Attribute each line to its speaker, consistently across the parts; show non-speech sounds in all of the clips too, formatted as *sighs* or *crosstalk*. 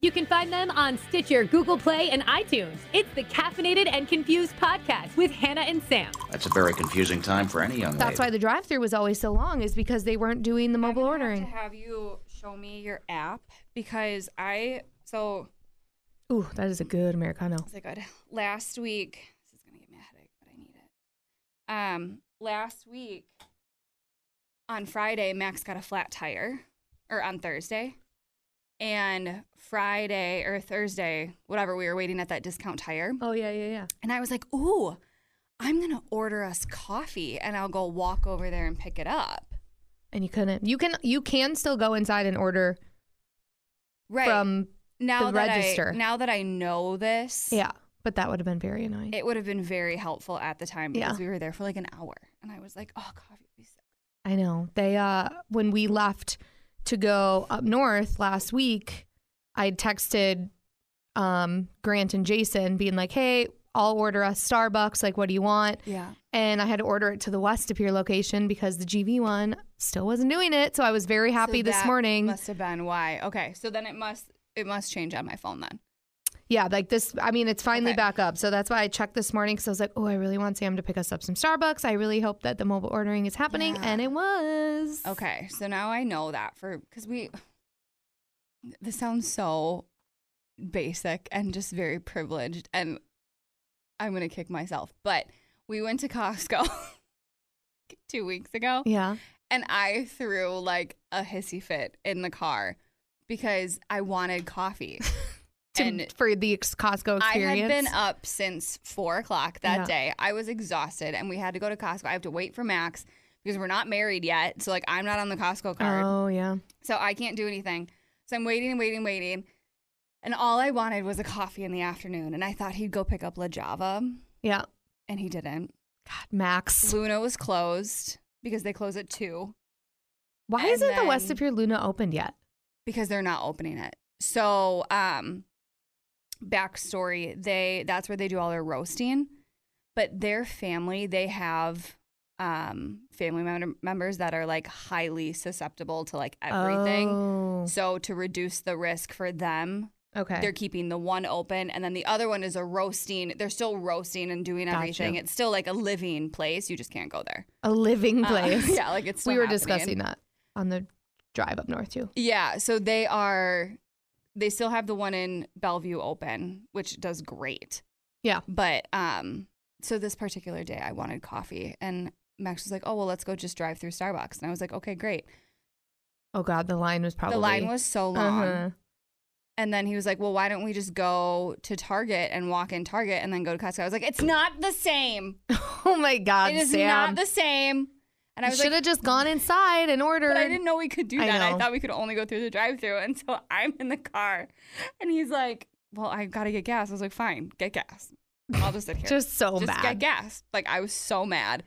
Speaker 1: You can find them on Stitcher, Google Play, and iTunes. It's the Caffeinated and Confused podcast with Hannah and Sam.
Speaker 2: That's a very confusing time for any young
Speaker 3: That's
Speaker 2: lady.
Speaker 3: why the drive-through was always so long, is because they weren't doing the mobile
Speaker 4: I'm gonna have
Speaker 3: ordering.
Speaker 4: to have you show me your app because I so
Speaker 3: Ooh, that is a good americano.
Speaker 4: is it good? *laughs* Last week, this is gonna give me a headache, but I need it. Um, last week on Friday, Max got a flat tire, or on Thursday, and Friday or Thursday, whatever, we were waiting at that discount tire,
Speaker 3: Oh yeah, yeah, yeah.
Speaker 4: and I was like, "Ooh, I'm gonna order us coffee, and I'll go walk over there and pick it up."
Speaker 3: And you couldn't. You can. You can still go inside and order
Speaker 4: Right
Speaker 3: from.
Speaker 4: now
Speaker 3: the
Speaker 4: that
Speaker 3: register.
Speaker 4: I, now that I know this,
Speaker 3: Yeah, but that would have been very annoying.
Speaker 4: it would have been very helpful at the time because
Speaker 3: Yeah.
Speaker 4: we were there for like an hour and I was like, oh, coffee would be so
Speaker 3: I know. They uh when we left to go up north last week, I texted um Grant and Jason being like, "Hey, I'll order us Starbucks, like what do you want?"
Speaker 4: Yeah.
Speaker 3: And I had to order it to the West Appear location because the GV one still wasn't doing it, so I was very happy
Speaker 4: So
Speaker 3: this
Speaker 4: that
Speaker 3: morning.
Speaker 4: Must have been why. Okay. So then it must it must change on my phone then.
Speaker 3: Yeah, like this. I mean, it's finally
Speaker 4: Okay.
Speaker 3: back up. So that's why I checked this morning because I was like, oh, I really want Sam to pick us up some Starbucks. I really hope that the mobile ordering is happening.
Speaker 4: Yeah.
Speaker 3: And it was.
Speaker 4: Okay. So now I know that for because we this sounds so basic and just very privileged and I'm gonna kick myself. But we went to Costco *laughs* two weeks ago.
Speaker 3: Yeah.
Speaker 4: and I threw like a hissy fit in the car because I wanted coffee.
Speaker 3: *laughs* To,
Speaker 4: And
Speaker 3: for the ex- Costco
Speaker 4: I
Speaker 3: experience.
Speaker 4: had been up since four o'clock that
Speaker 3: Yeah.
Speaker 4: day. I was exhausted, and we had to go to Costco. I have to wait for Max because we're not married yet, so like I'm not on the Costco card,
Speaker 3: Oh, yeah.
Speaker 4: so I can't do anything. So I'm waiting and waiting and waiting, and all I wanted was a coffee in the afternoon. And I thought he'd go pick up La Java,
Speaker 3: Yeah.
Speaker 4: and he didn't.
Speaker 3: God, Max.
Speaker 4: Luna was closed because they close at two.
Speaker 3: Why
Speaker 4: and
Speaker 3: isn't the West
Speaker 4: then-
Speaker 3: Appear Luna opened yet?
Speaker 4: because they're not opening it. So, um, backstory: they that's where they do all their roasting, but their family they have um family mem- members that are like highly susceptible to like everything.
Speaker 3: Oh.
Speaker 4: So to reduce the risk for them,
Speaker 3: Okay.
Speaker 4: they're keeping the one open, and then the other one is a roasting. They're still roasting and doing
Speaker 3: Gotcha.
Speaker 4: everything. It's still like a living place. You just can't go there.
Speaker 3: A living
Speaker 4: Uh,
Speaker 3: place.
Speaker 4: *laughs* yeah, like it's.
Speaker 3: we
Speaker 4: still
Speaker 3: were
Speaker 4: happening.
Speaker 3: discussing that on the drive up north, too.
Speaker 4: Yeah, so they are they still have the one in Bellevue open, which does great.
Speaker 3: Yeah.
Speaker 4: But um so this particular day I wanted coffee and Max was like, "Oh, well, let's go just drive through Starbucks." And I was like, "Okay, great."
Speaker 3: Oh, God. The line was probably.
Speaker 4: The line was so long.
Speaker 3: Uh-huh.
Speaker 4: And then he was like, "Well, why don't we just go to Target and walk in Target and then go to Costco?" I was like, "It's not the same.
Speaker 3: *laughs* Oh, my God,
Speaker 4: it is
Speaker 3: Sam.
Speaker 4: not the same." And I
Speaker 3: you
Speaker 4: was
Speaker 3: should
Speaker 4: like,
Speaker 3: have just gone inside and ordered.
Speaker 4: But I didn't know we could do
Speaker 3: I
Speaker 4: that. I,
Speaker 3: know.
Speaker 4: thought we could only go through the drive-through. And so *laughs* I'm in the car, and he's like, "Well, I gotta get gas." I was like, "Fine, get gas. I'll just *laughs* sit here.
Speaker 3: Just so
Speaker 4: just
Speaker 3: bad.
Speaker 4: get gas." Like I was so mad.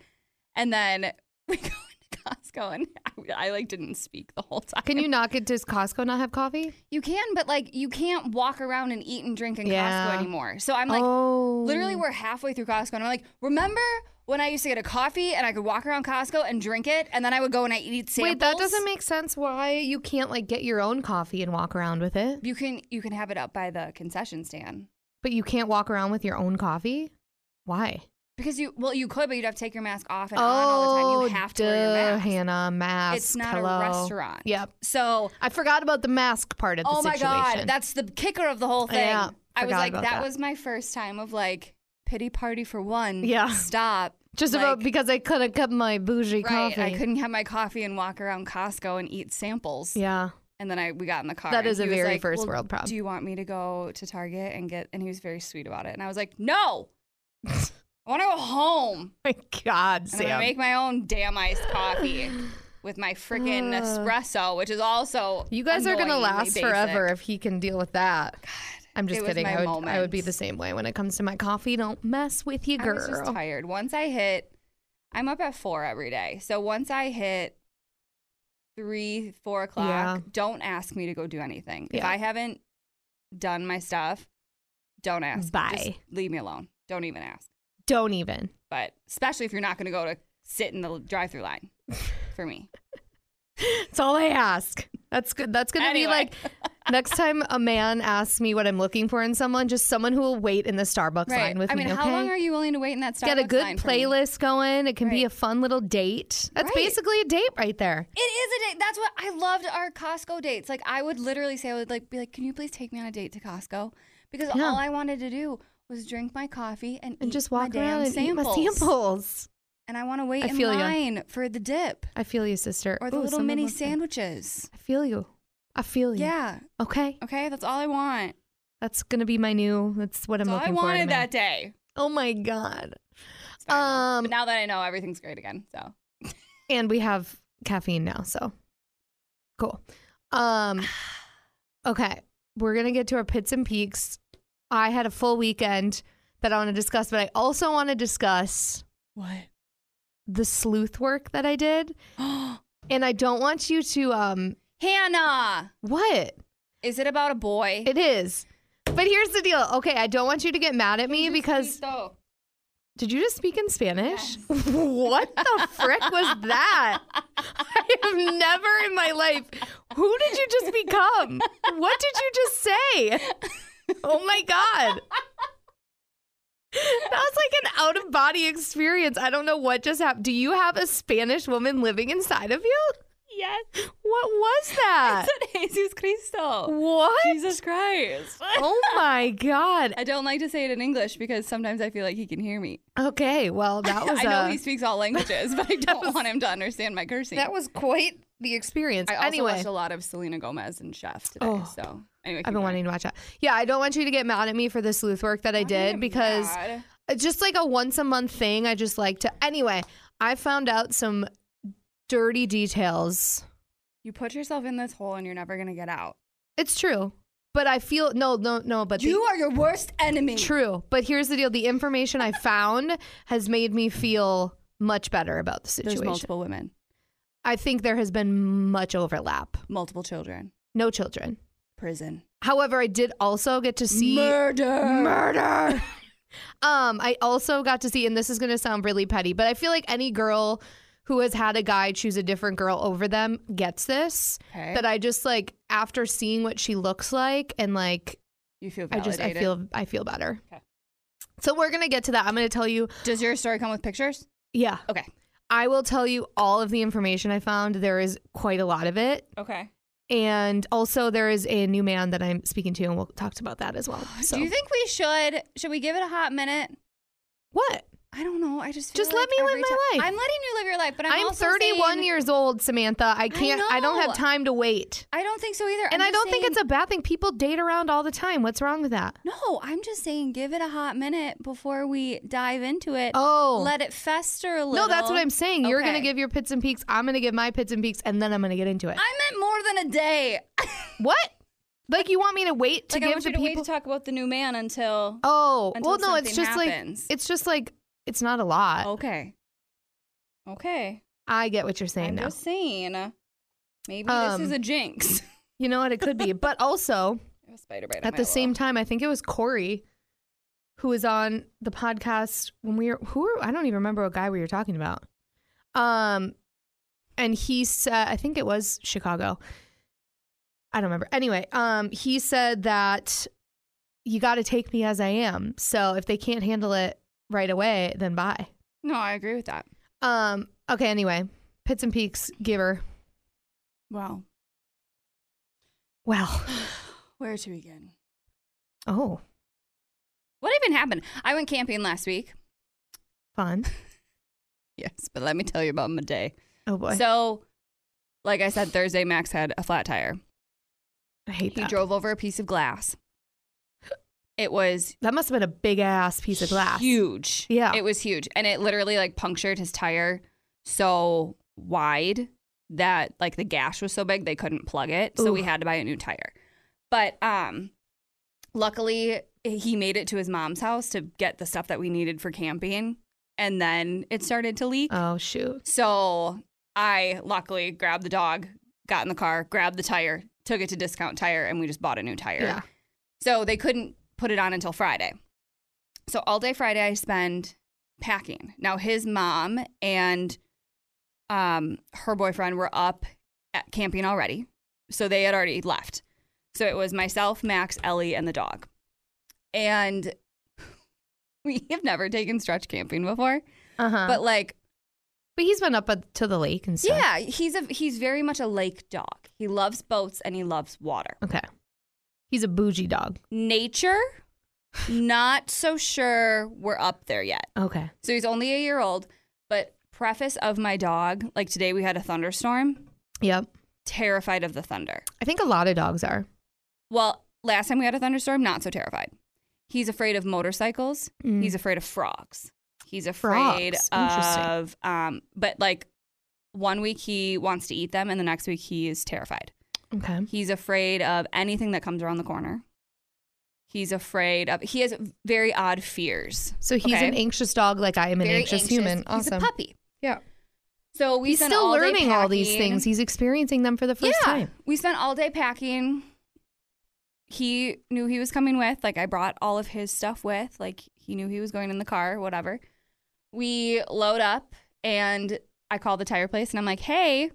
Speaker 4: And then *laughs* we go into Costco, and *laughs* I, I like didn't speak the whole time.
Speaker 3: Can you not get does Costco not have coffee?
Speaker 4: You can, but like you can't walk around and eat and drink in
Speaker 3: Yeah.
Speaker 4: Costco anymore. So I'm like,
Speaker 3: oh,
Speaker 4: literally, we're halfway through Costco, and I'm like, remember. When I used to get a coffee and I could walk around Costco and drink it, and then I would go and I eat samples.
Speaker 3: wait, that doesn't make sense. Why you can't like get your own coffee and walk around with it,
Speaker 4: You can you can have it up by the concession stand
Speaker 3: but you can't walk around with your own coffee? Why?
Speaker 4: because you well you could, but you'd have to take your mask off and on all the time. You have to wear your
Speaker 3: Oh, duh,
Speaker 4: mask.
Speaker 3: Hannah, mask.
Speaker 4: It's not
Speaker 3: hello.
Speaker 4: a restaurant.
Speaker 3: Yep,
Speaker 4: So
Speaker 3: I forgot about the mask part of the
Speaker 4: oh my
Speaker 3: situation.
Speaker 4: god, that's the kicker of the whole thing.
Speaker 3: Yeah,
Speaker 4: I was
Speaker 3: forgot
Speaker 4: like,
Speaker 3: about
Speaker 4: that,
Speaker 3: that.
Speaker 4: was my first time of like pity party for one.
Speaker 3: Yeah.
Speaker 4: Stop.
Speaker 3: just
Speaker 4: like-
Speaker 3: about because I could have kept my bougie
Speaker 4: Right.
Speaker 3: coffee.
Speaker 4: I couldn't have my coffee and walk around Costco and eat samples.
Speaker 3: Yeah, *laughs*
Speaker 4: And then I we got in the car.
Speaker 3: That
Speaker 4: and
Speaker 3: is a
Speaker 4: he was
Speaker 3: very
Speaker 4: like,
Speaker 3: first
Speaker 4: "Well,
Speaker 3: world problem."
Speaker 4: Do you want me to go to Target and get? And he was very sweet about it. And I was like,
Speaker 3: *laughs*
Speaker 4: no, I want to go home.
Speaker 3: my God,
Speaker 4: I'm gonna
Speaker 3: Sam.
Speaker 4: make my own damn iced coffee with my
Speaker 3: *sighs*
Speaker 4: freaking
Speaker 3: Uh.
Speaker 4: espresso, which is also
Speaker 3: you guys are gonna
Speaker 4: annoyingly
Speaker 3: last
Speaker 4: basic.
Speaker 3: forever if he can deal with that. I'm just
Speaker 4: it was
Speaker 3: kidding.
Speaker 4: my
Speaker 3: I would, I would be
Speaker 4: moment.
Speaker 3: the same way when it comes to my coffee. Don't mess with you,
Speaker 4: I was just
Speaker 3: girl.
Speaker 4: tired. Once I hit, I'm up at four every day. So once I hit three, four o'clock,
Speaker 3: Yeah.
Speaker 4: don't ask me to go do anything. If
Speaker 3: Yeah.
Speaker 4: I haven't done my stuff, don't ask. Just
Speaker 3: Bye.
Speaker 4: leave me alone. Don't even ask.
Speaker 3: Don't even.
Speaker 4: But especially if you're not
Speaker 3: *laughs*
Speaker 4: gonna go to sit in the drive-through line for me.
Speaker 3: That's all I ask. That's good. That's gonna be
Speaker 4: Anyway. *laughs*
Speaker 3: like next time a man asks me what I'm looking for in someone, just someone who will wait in the Starbucks line with
Speaker 4: I mean,
Speaker 3: me.
Speaker 4: how
Speaker 3: okay?
Speaker 4: long are you willing to wait in that Starbucks
Speaker 3: Get a good
Speaker 4: line for me?
Speaker 3: playlist going. It can be
Speaker 4: Right.
Speaker 3: a fun little date. That's
Speaker 4: Right.
Speaker 3: basically a date right there.
Speaker 4: It is a date. That's what I loved our Costco dates. Like I would literally say, I would like be like, "Can you please take me on a date to Costco?" Because
Speaker 3: Yeah.
Speaker 4: all I wanted to do was drink my coffee and,
Speaker 3: And
Speaker 4: eat
Speaker 3: just
Speaker 4: my
Speaker 3: walk
Speaker 4: damn
Speaker 3: around and eat my
Speaker 4: samples.
Speaker 3: samples.
Speaker 4: And I want to wait
Speaker 3: I
Speaker 4: in
Speaker 3: feel ya.
Speaker 4: line for the dip
Speaker 3: I feel you, sister.
Speaker 4: or the
Speaker 3: Ooh,
Speaker 4: little
Speaker 3: someone
Speaker 4: mini
Speaker 3: walked in.
Speaker 4: sandwiches.
Speaker 3: I feel you. I feel you.
Speaker 4: Yeah.
Speaker 3: Okay.
Speaker 4: Okay. That's all I want.
Speaker 3: That's gonna be my new. That's what I'm
Speaker 4: That's all I
Speaker 3: looking for. in a
Speaker 4: wanted
Speaker 3: man.
Speaker 4: that day.
Speaker 3: Oh my god.
Speaker 4: It's not enough.
Speaker 3: Um,
Speaker 4: but now that I know everything's great again, so
Speaker 3: And we have caffeine now, so cool. Um okay, we're going to get to our pits and peaks. I had a full weekend that I want to discuss, but I also want to discuss
Speaker 4: what?
Speaker 3: the sleuth work that I did. And I don't want you to um
Speaker 4: Hannah,
Speaker 3: what?
Speaker 4: is it about a boy?
Speaker 3: It is. But here's the deal. Okay, I don't want you to get mad at me because
Speaker 4: Listo.
Speaker 3: did you just speak in Spanish? *laughs*
Speaker 4: Yes.
Speaker 3: what the frick was that? *laughs* I have never in my life. Who did you just become? What did you just say? Oh my God. That was like an out of body experience. I don't know what just happened. Do you have a Spanish woman living inside of you?
Speaker 4: yes,
Speaker 3: What was that?
Speaker 4: I said *laughs* Jesus Cristo.
Speaker 3: What?
Speaker 4: Jesus
Speaker 3: *laughs*
Speaker 4: Christ.
Speaker 3: Oh my God.
Speaker 4: *laughs* I don't like to say it in English because sometimes I feel like he can hear me.
Speaker 3: Okay, well, that was
Speaker 4: *laughs* I know
Speaker 3: uh,
Speaker 4: he speaks all languages,
Speaker 3: *laughs*
Speaker 4: but I don't want him to understand my cursing.
Speaker 3: that was quite the experience.
Speaker 4: I also
Speaker 3: anyway,
Speaker 4: watched a lot of Selena Gomez and Chef today.
Speaker 3: Oh.
Speaker 4: so anyway,
Speaker 3: I've been wanting to watch that. Yeah, I don't want you to get mad at me for the sleuth work that I did because it's just like a once a month thing. I just like to. Anyway, I found out some dirty details.
Speaker 4: you put yourself in this hole and you're never gonna get out.
Speaker 3: It's true, but I feel no, no, no. But the-
Speaker 4: You are your worst enemy.
Speaker 3: true. But here's the deal: the information I found has made me feel much better about the
Speaker 4: There's
Speaker 3: situation.
Speaker 4: multiple women,
Speaker 3: I think there has been much overlap.
Speaker 4: multiple children,
Speaker 3: No children.
Speaker 4: prison,
Speaker 3: However, I did also get to see
Speaker 4: murder,
Speaker 3: murder. um, I also got to see, and this is going to sound really petty, but I feel like any girl who has had a guy choose a different girl over them gets this.
Speaker 4: Okay.
Speaker 3: That I just like after seeing what she looks like and like
Speaker 4: You feel
Speaker 3: I just
Speaker 4: validated.
Speaker 3: I feel I feel better.
Speaker 4: Okay.
Speaker 3: So we're gonna get to that. I'm gonna tell you.
Speaker 4: Does your story come with pictures?
Speaker 3: Yeah,
Speaker 4: Okay.
Speaker 3: I will tell you all of the information I found. There is quite a lot of it.
Speaker 4: Okay.
Speaker 3: And also, there is a new man that I'm speaking to, and we'll talk about that as well. So,
Speaker 4: *gasps* Do you think we should? Should we give it a hot minute?
Speaker 3: what?
Speaker 4: I don't know. I just feel
Speaker 3: Just let
Speaker 4: like
Speaker 3: me live
Speaker 4: every
Speaker 3: my
Speaker 4: ti-
Speaker 3: life.
Speaker 4: I'm letting you live your life, but I'm,
Speaker 3: I'm,
Speaker 4: also
Speaker 3: 31
Speaker 4: saying-
Speaker 3: years old, Samantha. I can't. I, don't
Speaker 4: know.
Speaker 3: have time to wait.
Speaker 4: I don't think so either.
Speaker 3: and I don't think it's a bad thing. People date around all the time. What's wrong with that?
Speaker 4: No, I'm just saying, give it a hot minute before we dive into it.
Speaker 3: Oh.
Speaker 4: let it fester a
Speaker 3: No,
Speaker 4: little.
Speaker 3: that's what I'm saying. You're gonna
Speaker 4: Okay.
Speaker 3: give your pits and peaks. I'm gonna give my pits and peaks, and then I'm gonna get into it.
Speaker 4: I meant more than a day.
Speaker 3: what? Like you want me to wait to
Speaker 4: like I
Speaker 3: give
Speaker 4: want
Speaker 3: the
Speaker 4: you to wait
Speaker 3: people?
Speaker 4: to talk about the new man until.
Speaker 3: oh,
Speaker 4: until
Speaker 3: well, no. It's
Speaker 4: something
Speaker 3: just
Speaker 4: happens. Oh.
Speaker 3: like it's just like it's not a lot.
Speaker 4: Okay. Okay.
Speaker 3: I get what you're saying
Speaker 4: I'm
Speaker 3: now.
Speaker 4: just saying. Maybe
Speaker 3: Um,
Speaker 4: this is a jinx. *laughs*
Speaker 3: You know what? It could be, but also
Speaker 4: I have a spider bite on
Speaker 3: at
Speaker 4: my
Speaker 3: the same
Speaker 4: elbow.
Speaker 3: time, I think it was Corey who was on the podcast when we were who were, I don't even remember what guy we were talking about. Um, and he said I think it was Chicago. I don't remember. Anyway, um, he said that you got to take me as I am. So if they can't handle it right away, then bye.
Speaker 4: No, I agree with that.
Speaker 3: Um, okay. Anyway, pits and peaks, giver.
Speaker 4: Wow.
Speaker 3: Wow.
Speaker 4: *sighs* Where to begin?
Speaker 3: Oh,
Speaker 4: What even happened? I went camping last week.
Speaker 3: fun.
Speaker 4: Yes, but let me tell you about my day.
Speaker 3: Oh boy,
Speaker 4: So, like I said, Thursday, Max had a flat tire.
Speaker 3: I hate
Speaker 4: He
Speaker 3: that.
Speaker 4: drove over a piece of glass. It was
Speaker 3: that must have been a big ass piece of glass.
Speaker 4: huge.
Speaker 3: Yeah.
Speaker 4: It was huge. And it literally like punctured his tire so wide that like the gash was so big they couldn't plug it. So we
Speaker 3: Oof.
Speaker 4: had to buy a new tire. But um luckily he made it to his mom's house to get the stuff that we needed for camping. And then it started to leak.
Speaker 3: Oh shoot.
Speaker 4: So I luckily grabbed the dog, got in the car, grabbed the tire, took it to discount tire, and we just bought a new tire.
Speaker 3: Yeah.
Speaker 4: So they couldn't put it on until Friday. So all day Friday I spend packing. Now his mom and um her boyfriend were up at camping already. So they had already left. So it was myself, Max, Ellie, and the dog. And *laughs* we have never taken stretch camping before,
Speaker 3: Uh huh.
Speaker 4: but
Speaker 3: But,
Speaker 4: like,
Speaker 3: but he's been up at, to the lake and stuff.
Speaker 4: yeah, he's a he's very much a lake dog. He loves boats and he loves water.
Speaker 3: Okay. He's a bougie dog.
Speaker 4: Nature, not so sure we're up there yet.
Speaker 3: Okay.
Speaker 4: So he's only a year old, but preface of my dog, like today we had a thunderstorm,
Speaker 3: Yep.
Speaker 4: terrified of the thunder.
Speaker 3: I think a lot of dogs are.
Speaker 4: Well, last time we had a thunderstorm, not so terrified. He's afraid of motorcycles.
Speaker 3: Mm.
Speaker 4: He's afraid of frogs. He's afraid
Speaker 3: Frogs. Interesting.
Speaker 4: of um but like one week he wants to eat them and the next week he is terrified.
Speaker 3: Okay.
Speaker 4: He's afraid of anything that comes around the corner. He's afraid of he has very odd fears.
Speaker 3: So he's
Speaker 4: Okay.
Speaker 3: an anxious dog, like I am an
Speaker 4: very
Speaker 3: anxious, human.
Speaker 4: He's
Speaker 3: Awesome.
Speaker 4: a puppy.
Speaker 3: Yeah.
Speaker 4: So we
Speaker 3: He's
Speaker 4: spent
Speaker 3: still
Speaker 4: all day
Speaker 3: learning all these
Speaker 4: packing.
Speaker 3: things. He's experiencing them for the first
Speaker 4: yeah.
Speaker 3: time.
Speaker 4: We spent all day packing. He knew he was coming with. Like I brought all of his stuff with. Like he knew he was going in the car, whatever. We load up and I call the tire place and I'm like, hey,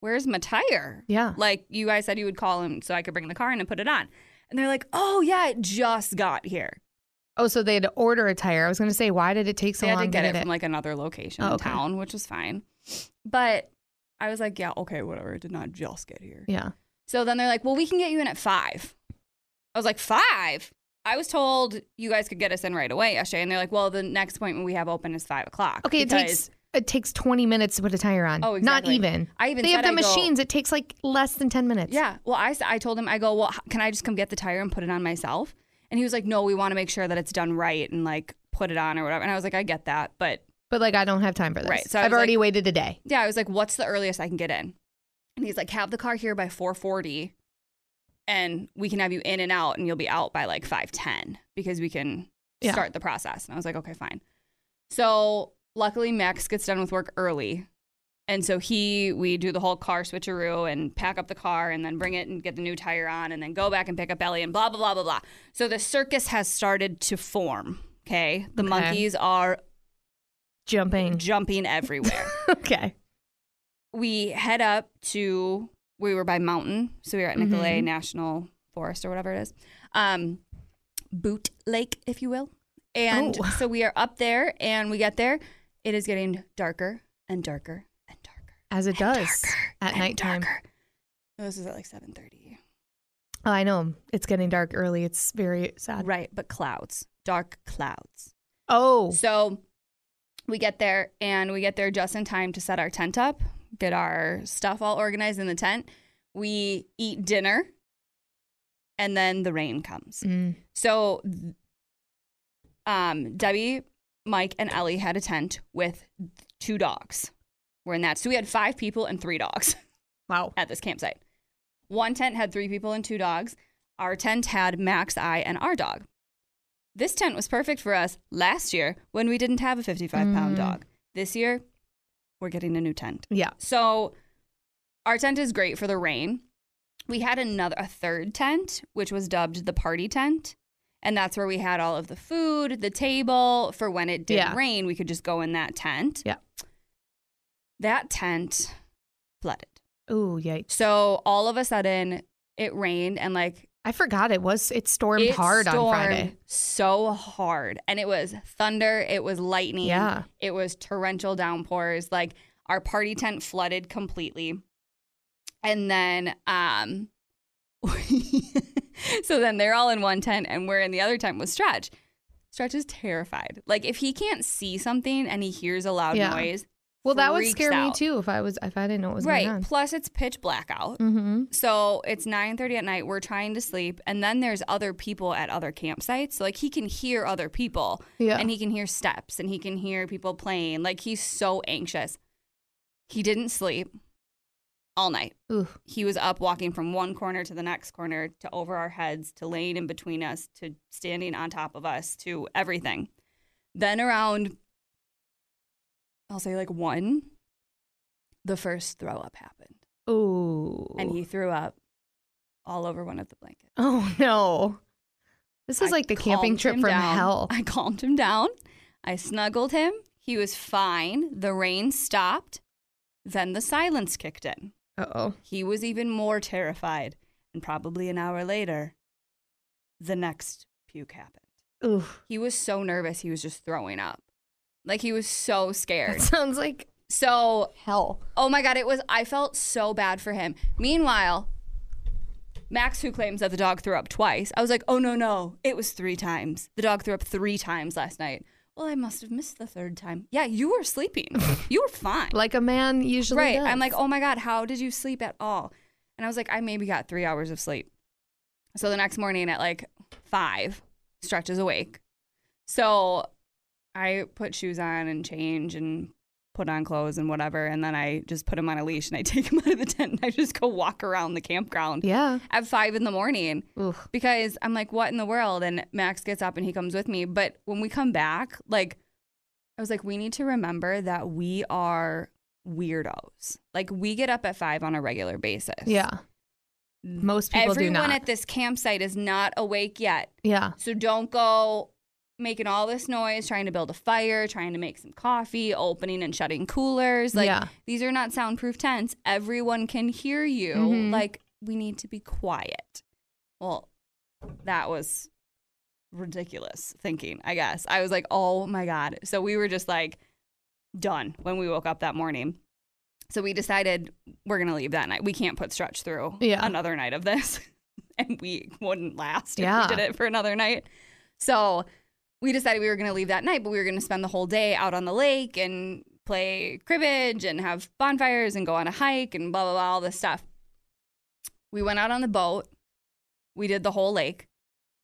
Speaker 4: where's my tire?
Speaker 3: Yeah.
Speaker 4: Like you guys said you would call him so I could bring the car in and put it on. And they're like, oh yeah, it just got here.
Speaker 3: Oh, so they had to order a tire. I was going to say, why did it take so
Speaker 4: they had
Speaker 3: long
Speaker 4: to get
Speaker 3: to
Speaker 4: it from like another location
Speaker 3: Oh,
Speaker 4: in
Speaker 3: okay.
Speaker 4: town, which was fine. But I was like, yeah, okay, whatever. It did not just get here.
Speaker 3: yeah.
Speaker 4: So then they're like, well, we can get you in at five. I was like, five? I was told you guys could get us in right away yesterday. And they're like, well, the next appointment we have open is five o'clock.
Speaker 3: Okay, it
Speaker 4: because-
Speaker 3: takes it takes 20 minutes to put a tire on.
Speaker 4: Oh,
Speaker 3: Not
Speaker 4: exactly.
Speaker 3: even.
Speaker 4: I even
Speaker 3: they have
Speaker 4: said
Speaker 3: the
Speaker 4: I go-
Speaker 3: machines. It takes like less than 10 minutes.
Speaker 4: Yeah. Well, I, s- I told him, I go, well, h- can I just come get the tire and put it on myself? And he was like, no, we want to make sure that it's done right and like put it on or whatever. And I was like, I get that. But
Speaker 3: But like I don't have time for this.
Speaker 4: Right, so I
Speaker 3: I've
Speaker 4: was
Speaker 3: already
Speaker 4: like-
Speaker 3: waited a day.
Speaker 4: yeah, I was like, what's the earliest I can get in? And he's like, have the car here by 440 and we can have you in and out and you'll be out by like 510 because we can
Speaker 3: Yeah.
Speaker 4: start the process. And I was like, okay, fine. So luckily Max gets done with work early. And so he, we do the whole car switcheroo and pack up the car and then bring it and get the new tire on and then go back and pick up Ellie and blah, blah, blah, blah, blah. So the circus has started to form. Okay. The
Speaker 3: Okay.
Speaker 4: monkeys are
Speaker 3: Jumping.
Speaker 4: jumping everywhere
Speaker 3: *laughs* okay.
Speaker 4: we head up to we were by mountain so we were at nicolay
Speaker 3: Mhm.
Speaker 4: national forest or whatever it is um boot lake if you will and
Speaker 3: Oh.
Speaker 4: so we are up there and we get there it is getting darker and darker and darker
Speaker 3: As it
Speaker 4: and
Speaker 3: does
Speaker 4: darker
Speaker 3: at
Speaker 4: and
Speaker 3: nighttime.
Speaker 4: darker. this is at like 7.30
Speaker 3: Oh, I know. It's getting dark early. It's very sad.
Speaker 4: right but clouds dark clouds
Speaker 3: Oh.
Speaker 4: So we get there and we get there just in time to set our tent up, get our stuff all organized in the tent. We eat dinner and then the rain comes.
Speaker 3: Mm.
Speaker 4: So th- um, Debbie, Mike, and Ellie had a tent with two dogs. We're in that. So we had five people and three dogs
Speaker 3: Wow.
Speaker 4: at this campsite. One tent had three people and two dogs. Our tent had Max, I, and our dog. This tent was perfect for us last year when we didn't have a 55 pound
Speaker 3: Mm.
Speaker 4: dog. This year, we're getting a new tent.
Speaker 3: Yeah.
Speaker 4: So our tent is great for the rain. We had another a third tent, which was dubbed the party tent. And that's where we had all of the food, the table for when it did
Speaker 3: Yeah.
Speaker 4: rain, we could just go in that tent.
Speaker 3: Yeah.
Speaker 4: That tent flooded.
Speaker 3: Oh, yikes.
Speaker 4: So all of a sudden it rained and like
Speaker 3: I forgot it was it stormed
Speaker 4: it
Speaker 3: hard on
Speaker 4: stormed
Speaker 3: Friday.
Speaker 4: So hard. And it was thunder, it was lightning,
Speaker 3: Yeah.
Speaker 4: it was torrential downpours. Like our party tent flooded completely. And then um *laughs* so then they're all in one tent and we're in the other tent with Stretch. Stretch is terrified. Like if he can't see something and he hears a loud
Speaker 3: Yeah.
Speaker 4: noise,
Speaker 3: Well, that would
Speaker 4: freaks
Speaker 3: scare me
Speaker 4: out.
Speaker 3: too if I was if I didn't know what was
Speaker 4: right.
Speaker 3: going
Speaker 4: Plus it's pitch blackout.
Speaker 3: on. Mm-hmm.
Speaker 4: So it's 9:30 at night. We're trying to sleep, and then there's other people at other campsites. So like he can hear other people,
Speaker 3: Yeah.
Speaker 4: and he can hear steps, and he can hear people playing. Like he's so anxious. He didn't sleep all night.
Speaker 3: Ooh.
Speaker 4: He was up walking from one corner to the next corner to over our heads to laying in between us to standing on top of us to everything. Then around, I'll say like one, the first throw up happened
Speaker 3: Ooh.
Speaker 4: and he threw up all over one of the blankets.
Speaker 3: Oh no. This is
Speaker 4: I
Speaker 3: like the camping
Speaker 4: calmed
Speaker 3: trip
Speaker 4: him
Speaker 3: from
Speaker 4: down. *laughs*
Speaker 3: hell.
Speaker 4: I calmed him down. I snuggled him. He was fine. The rain stopped. Then the silence kicked in.
Speaker 3: Uh oh.
Speaker 4: He was even more terrified. And probably an hour later, the next puke happened.
Speaker 3: Ooh.
Speaker 4: He was so nervous, he was just throwing up. Like he was so *laughs* scared.
Speaker 3: That sounds like
Speaker 4: So,
Speaker 3: hell.
Speaker 4: oh my God, it was, I felt so bad for him. Meanwhile, Max, who claims that the dog threw up twice, I was like, oh no, no, it was three times. The dog threw up three times last night. Well, I must have missed the third time. Yeah, you were sleeping. you were fine.
Speaker 3: Like a man usually
Speaker 4: Right.
Speaker 3: does.
Speaker 4: I'm like, oh my God, how did you sleep at all? And I was like, I maybe got three hours of sleep. So the next morning at like five, Stretch is awake. So I put shoes on and change and put on clothes and whatever. And then I just put him on a leash and I *laughs* take him out of the tent and I just go walk around the campground
Speaker 3: Yeah.
Speaker 4: at five in the morning
Speaker 3: Ooh.
Speaker 4: because I'm like, what in the world? And Max gets up and he comes with me. But when we come back, like, I was like, we need to remember that we are weirdos. Like, we get up at five on a regular basis.
Speaker 3: Yeah. Most people
Speaker 4: Everyone
Speaker 3: do not.
Speaker 4: at this campsite is not awake yet.
Speaker 3: yeah.
Speaker 4: So don't go making all this noise, trying to build a fire, trying to make some coffee, opening and shutting coolers. Like,
Speaker 3: Yeah.
Speaker 4: these are not soundproof tents. Everyone can hear you.
Speaker 3: Mhm.
Speaker 4: Like, we need to be quiet. Well, that was ridiculous thinking, I guess. I was like, oh my God. So we were just like done when we woke up that morning. So we decided we're going to leave that night. We can't put stretch through
Speaker 3: Yeah.
Speaker 4: another night of this. *laughs* and we wouldn't last if
Speaker 3: Yeah.
Speaker 4: we did it for another night. So we decided we were going to leave that night, but we were going to spend the whole day out on the lake and play cribbage and have bonfires and go on a hike and blah, blah, blah, all this stuff. We went out on the boat. We did the whole lake.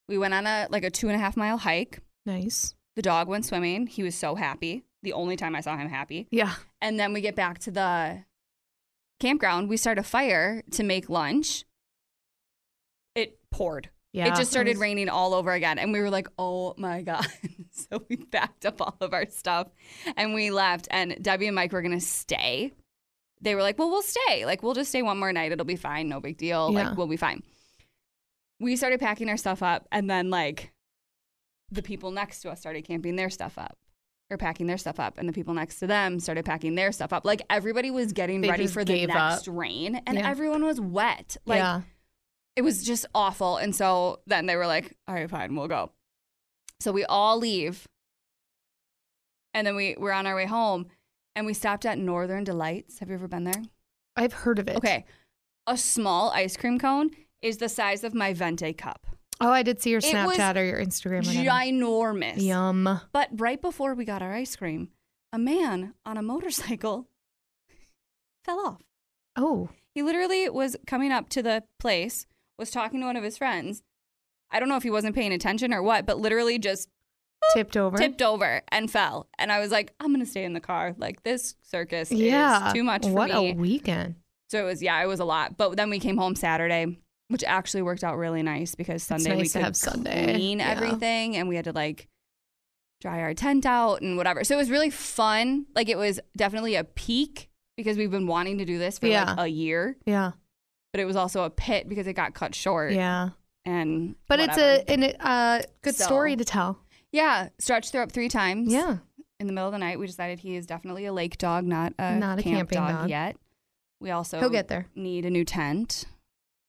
Speaker 4: We went on a like a two and a half mile hike.
Speaker 3: Nice.
Speaker 4: The dog went swimming. He was so happy. The only time I saw him happy.
Speaker 3: Yeah.
Speaker 4: And then we get back to the campground. We start a fire to make lunch. It poured.
Speaker 3: Yeah.
Speaker 4: It just started raining all over again. And we were like, oh my God. *laughs* so we packed up all of our stuff and we left. And Debbie and Mike were going to stay. They were like, well, we'll stay. Like, we'll just stay one more night. It'll be fine. No big deal.
Speaker 3: Yeah.
Speaker 4: Like, we'll be fine. We started packing our stuff up. And then, like, the people next to us started camping their stuff up or packing their stuff up. And the people next to them started packing their stuff up. Like, everybody was getting
Speaker 3: They
Speaker 4: ready
Speaker 3: just
Speaker 4: for the
Speaker 3: gave
Speaker 4: next
Speaker 3: up.
Speaker 4: rain. And
Speaker 3: Yeah.
Speaker 4: everyone was wet. Like,
Speaker 3: yeah.
Speaker 4: it was just awful. And so then they were like, all right, fine, we'll go. So we all leave. And then we were on our way home and we stopped at Northern Delights. Have you ever been there?
Speaker 3: I've heard of it.
Speaker 4: Okay. A small ice cream cone is the size of my Vente cup.
Speaker 3: Oh, I did see your
Speaker 4: It was
Speaker 3: Snapchat or your Instagram. or whatever.
Speaker 4: Ginormous.
Speaker 3: Yum.
Speaker 4: But right before we got our ice cream, a man on a motorcycle *laughs* fell off.
Speaker 3: Oh.
Speaker 4: He literally was coming up to the place, was talking to one of his friends. I don't know if he wasn't paying attention or what, but literally just
Speaker 3: Tipped over.
Speaker 4: tipped over and fell. And I was like, I'm going to stay in the car. Like, this circus
Speaker 3: yeah.
Speaker 4: is too much for
Speaker 3: what
Speaker 4: me.
Speaker 3: a weekend.
Speaker 4: so it was, yeah, it was a lot. But then we came home Saturday, which actually worked out really nice because Sunday we
Speaker 3: nice to
Speaker 4: could
Speaker 3: have Sunday.
Speaker 4: clean
Speaker 3: Yeah.
Speaker 4: everything and we had to like dry our tent out and whatever. So it was really fun. Like, it was definitely a peak because we've been wanting to do this for
Speaker 3: Yeah.
Speaker 4: like a year
Speaker 3: Yeah.
Speaker 4: but it was also a pit because it got cut short.
Speaker 3: Yeah.
Speaker 4: And
Speaker 3: But
Speaker 4: whatever.
Speaker 3: it's a an, uh, good
Speaker 4: So-
Speaker 3: story to tell.
Speaker 4: yeah, stretched through up three times.
Speaker 3: Yeah.
Speaker 4: In the middle of the night, we decided he is definitely a lake dog, not a
Speaker 3: Not a
Speaker 4: camp
Speaker 3: camping dog.
Speaker 4: yet. We also
Speaker 3: He'll get there.
Speaker 4: need a new tent.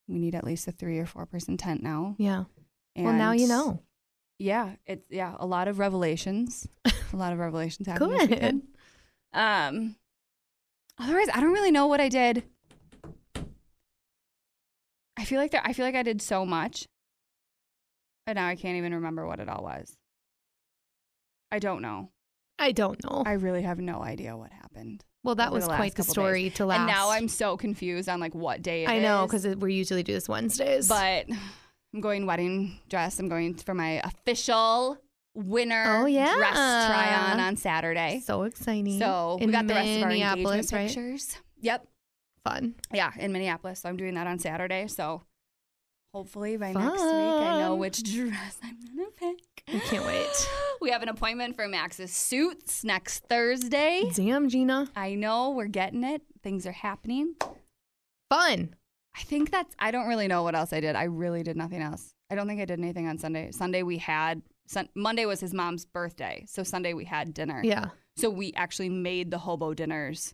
Speaker 4: We need at least a three or four person tent now.
Speaker 3: Yeah. well, now
Speaker 4: And
Speaker 3: you know.
Speaker 4: Yeah, it's yeah, a lot
Speaker 3: *laughs*
Speaker 4: of revelations. a lot of revelations happened. this
Speaker 3: Good.
Speaker 4: weekend. Um. Otherwise, I don't really know what I did. I feel like there. I feel like I did so much, but now I can't even remember what it all was. I don't know.
Speaker 3: I don't know.
Speaker 4: I really have no idea what happened.
Speaker 3: well, that
Speaker 4: over
Speaker 3: was
Speaker 4: the
Speaker 3: quite
Speaker 4: last
Speaker 3: the
Speaker 4: couple days.
Speaker 3: story to last.
Speaker 4: And now I'm so confused on like what day it is.
Speaker 3: I know because we usually do this Wednesdays.
Speaker 4: But I'm going wedding dress. I'm going for my official winner
Speaker 3: Oh, yeah.
Speaker 4: dress try on on Saturday.
Speaker 3: *laughs* so exciting.
Speaker 4: So we
Speaker 3: In
Speaker 4: got the rest of our engagement
Speaker 3: Minneapolis, right?
Speaker 4: pictures. Yep.
Speaker 3: Fun.
Speaker 4: Yeah, in Minneapolis. So I'm doing that on Saturday. So hopefully by next week I know
Speaker 3: Fun.
Speaker 4: which *laughs* dress I'm gonna pick.
Speaker 3: We can't wait.
Speaker 4: *gasps* We have an appointment for Max's suits next Thursday.
Speaker 3: Damn, Gina.
Speaker 4: I know we're getting it. Things are happening.
Speaker 3: Fun.
Speaker 4: I think that's. I don't really know what else I did. I really did nothing else. I don't think I did anything on Sunday. Sunday we had. Sun, Monday was his mom's birthday, so Sunday we had dinner.
Speaker 3: Yeah.
Speaker 4: So we actually made the hobo dinners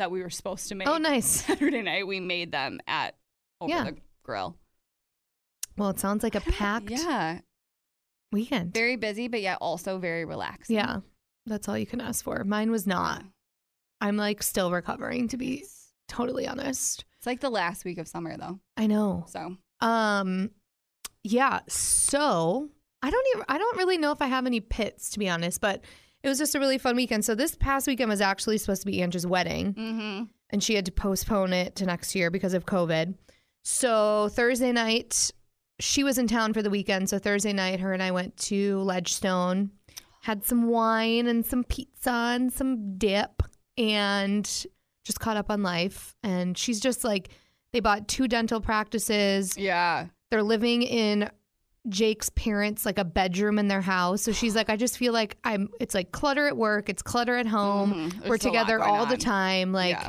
Speaker 4: that we were supposed to make *laughs*
Speaker 3: Oh, nice.
Speaker 4: Saturday night. We made them at over
Speaker 3: Yeah.
Speaker 4: the grill.
Speaker 3: Well, it sounds like a packed
Speaker 4: *laughs* Yeah,
Speaker 3: weekend.
Speaker 4: very busy, but yet also very relaxing.
Speaker 3: yeah. That's all you can ask for. Mine was not. I'm like still recovering, to be
Speaker 4: It's
Speaker 3: totally honest.
Speaker 4: it's like the last week of summer though,
Speaker 3: I know.
Speaker 4: so
Speaker 3: Um, yeah. So I don't even I don't really know if I have any pits to be honest, but it was just a really fun weekend. So this past weekend was actually supposed to be Andrew's wedding,
Speaker 4: mm-hmm.
Speaker 3: and she had to postpone it to next year because of COVID. So Thursday night, she was in town for the weekend. So Thursday night, her and I went to Ledgestone, had some wine and some pizza and some dip, and just caught up on life. And she's just like, they bought two dental practices
Speaker 4: yeah,
Speaker 3: they're living in Jake's parents like a bedroom in their house. So she's like I just feel like I'm it's like clutter at work, it's clutter at home.
Speaker 4: Mhm. There's
Speaker 3: Um, We're
Speaker 4: a lot
Speaker 3: together
Speaker 4: going
Speaker 3: all the
Speaker 4: on. *laughs*
Speaker 3: time like
Speaker 4: Yeah.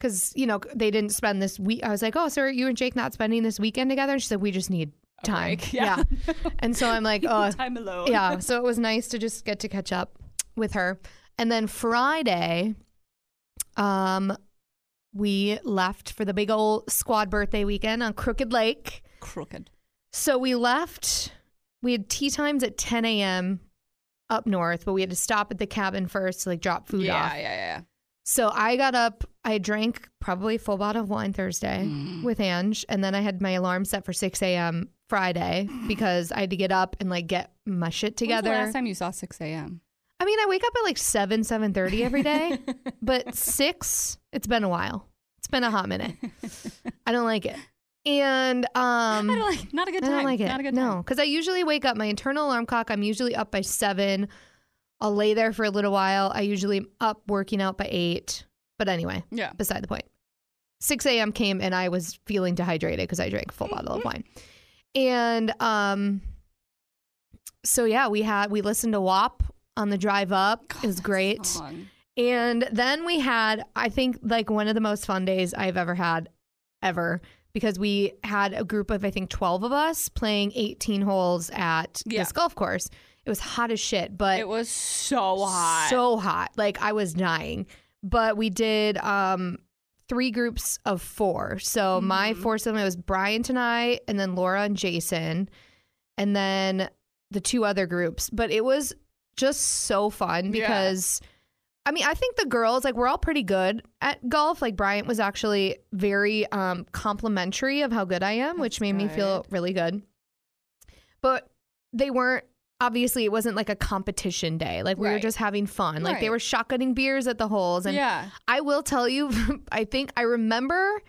Speaker 3: cuz you know they didn't spend this week I was like, "Oh, so are you and Jake not spending this weekend together?" And she's like, "We just need time."
Speaker 4: break, *laughs* yeah.
Speaker 3: and so I'm
Speaker 4: *laughs*
Speaker 3: like, "Oh,
Speaker 4: time alone.
Speaker 3: yeah, so it was nice to just get to catch up with her. And then Friday, um, we left for the big old squad birthday weekend on Crooked Lake.
Speaker 4: crooked.
Speaker 3: So we left. We had tea times at 10 a.m. up north, but we had to stop at the cabin first to like drop food
Speaker 4: yeah,
Speaker 3: off.
Speaker 4: yeah, yeah,
Speaker 3: So I got up. I drank probably a full bottle of wine Thursday with Ange, and then I had my alarm set for 6 a.m. Friday because I had to get up and like get my shit
Speaker 4: When's the
Speaker 3: together.
Speaker 4: last time you saw 6 a.m.
Speaker 3: I mean, I wake up at like seven, seven thirty every
Speaker 4: *laughs*
Speaker 3: day, but six. It's been a while. It's been a hot minute. I don't like it, and um,
Speaker 4: I don't like, not a good
Speaker 3: I
Speaker 4: time.
Speaker 3: don't like it.
Speaker 4: Not a good
Speaker 3: no,
Speaker 4: time.
Speaker 3: because I usually wake up. My internal alarm clock. I'm usually up by seven. I'll lay there for a little while. I usually am up working out by eight. But anyway,
Speaker 4: Yeah.
Speaker 3: beside the point. Six a.m. came and I was feeling dehydrated because I drank a full bottle
Speaker 4: Mm-hmm.
Speaker 3: of wine, and um, so yeah, we had we listened to WAP on the drive up. it was great.
Speaker 4: Song.
Speaker 3: And then we had, I think, like one of the most fun days I've ever had, ever, because we had a group of, I think, 12 of us playing 18 holes at
Speaker 4: Yeah.
Speaker 3: this golf course. It was hot as shit, but
Speaker 4: It was so hot.
Speaker 3: so hot. Like I was dying. But we did um three groups of four. So my
Speaker 4: Mm-hmm.
Speaker 3: foursome it was Brian tonight and then Laura and Jason and then the two other groups. But it was just so fun
Speaker 4: Yeah.
Speaker 3: because I mean, I think the girls like we're all pretty good at golf. Like Bryant was actually very um complimentary of how good I am, which
Speaker 4: That's
Speaker 3: made me feel really good. But they weren't obviously it wasn't like a competition day. Like we were
Speaker 4: Right.
Speaker 3: just having fun. Like they
Speaker 4: Right.
Speaker 3: were shotgunning beers at the holes and
Speaker 4: yeah.
Speaker 3: I will tell you, *laughs* I think I remember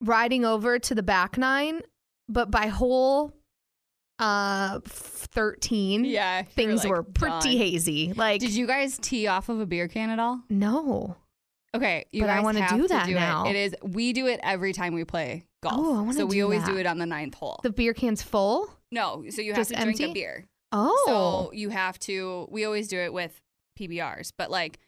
Speaker 3: riding over to the back nine, but by hole uh 13
Speaker 4: Yeah. you
Speaker 3: things
Speaker 4: like,
Speaker 3: were pretty
Speaker 4: done.
Speaker 3: hazy. Like
Speaker 4: Did you guys tee off of a beer can at all?
Speaker 3: no.
Speaker 4: Okay, you
Speaker 3: But I
Speaker 4: guys
Speaker 3: wanna
Speaker 4: have
Speaker 3: do
Speaker 4: to
Speaker 3: that
Speaker 4: do it.
Speaker 3: now.
Speaker 4: It is we do it every time we play golf.
Speaker 3: Oh, I wanna
Speaker 4: so we
Speaker 3: do
Speaker 4: always
Speaker 3: that.
Speaker 4: do it on the ninth hole.
Speaker 3: The beer can's full?
Speaker 4: no, so you have
Speaker 3: Just
Speaker 4: to drink a
Speaker 3: empty?
Speaker 4: beer.
Speaker 3: Oh.
Speaker 4: So you have to. We always do it with PBRs, but like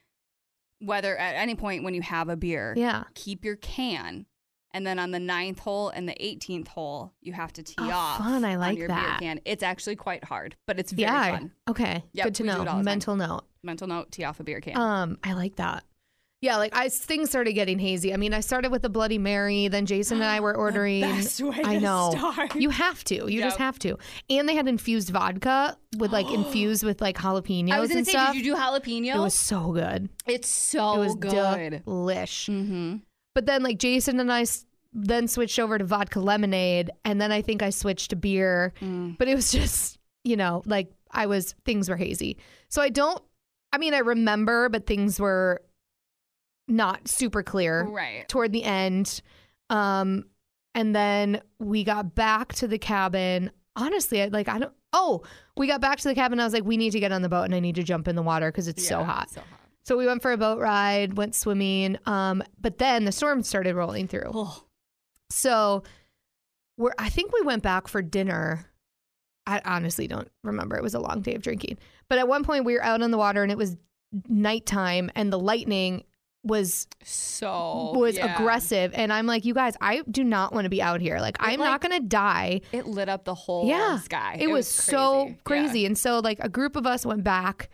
Speaker 4: whether at any point when you have a beer,
Speaker 3: yeah.
Speaker 4: keep your can, and then on the ninth hole and the 18th hole, you have to tee
Speaker 3: Oh,
Speaker 4: off.
Speaker 3: fun. I
Speaker 4: on
Speaker 3: like
Speaker 4: your
Speaker 3: that.
Speaker 4: beer can. It's actually quite hard, but it's very
Speaker 3: yeah.
Speaker 4: fun.
Speaker 3: Okay.
Speaker 4: Yep,
Speaker 3: Good to
Speaker 4: we
Speaker 3: know.
Speaker 4: do it all the time.
Speaker 3: Mental note.
Speaker 4: Mental note: tee off a beer can.
Speaker 3: Um, I like that. Yeah, like I things started getting hazy. I mean, I started with the Bloody Mary, then Jason and
Speaker 4: *gasps*
Speaker 3: I were ordering.
Speaker 4: best way
Speaker 3: I
Speaker 4: to
Speaker 3: know
Speaker 4: start.
Speaker 3: you have to, you just
Speaker 4: Yep.
Speaker 3: have to. And they had infused vodka with like infused with like jalapenos
Speaker 4: I was gonna
Speaker 3: and
Speaker 4: say,
Speaker 3: stuff.
Speaker 4: did you do jalapeno?
Speaker 3: it was so good.
Speaker 4: it's so
Speaker 3: it was
Speaker 4: good.
Speaker 3: delish.
Speaker 4: Mm-hmm.
Speaker 3: But then like Jason and I s- then switched over to vodka lemonade, and then I think I switched to beer. But it was *laughs* just you know like I was things were hazy. So I don't. I mean, I remember, but things were not super clear
Speaker 4: Right.
Speaker 3: toward the end. Um, and then we got back to the cabin. Honestly, I like I don't. Oh, we got back to the cabin. I was like, we need to get on the boat and I need to jump in the water because it's so
Speaker 4: Yeah,
Speaker 3: hot.
Speaker 4: So hot.
Speaker 3: So we went for a boat ride, went swimming. Um, but then the storm started rolling through.
Speaker 4: Oh,
Speaker 3: So we're I think we went back for dinner. I honestly don't remember. It was a long day of drinking. But at one point we were out on the water and it was nighttime and the lightning was
Speaker 4: so
Speaker 3: was
Speaker 4: yeah.
Speaker 3: aggressive and i'm like you guys i do not want to be out here like i'm not gonna die
Speaker 4: It lit up the whole
Speaker 3: yeah
Speaker 4: sky.
Speaker 3: it, was, so crazy
Speaker 4: Yeah.
Speaker 3: and so like a group of us went back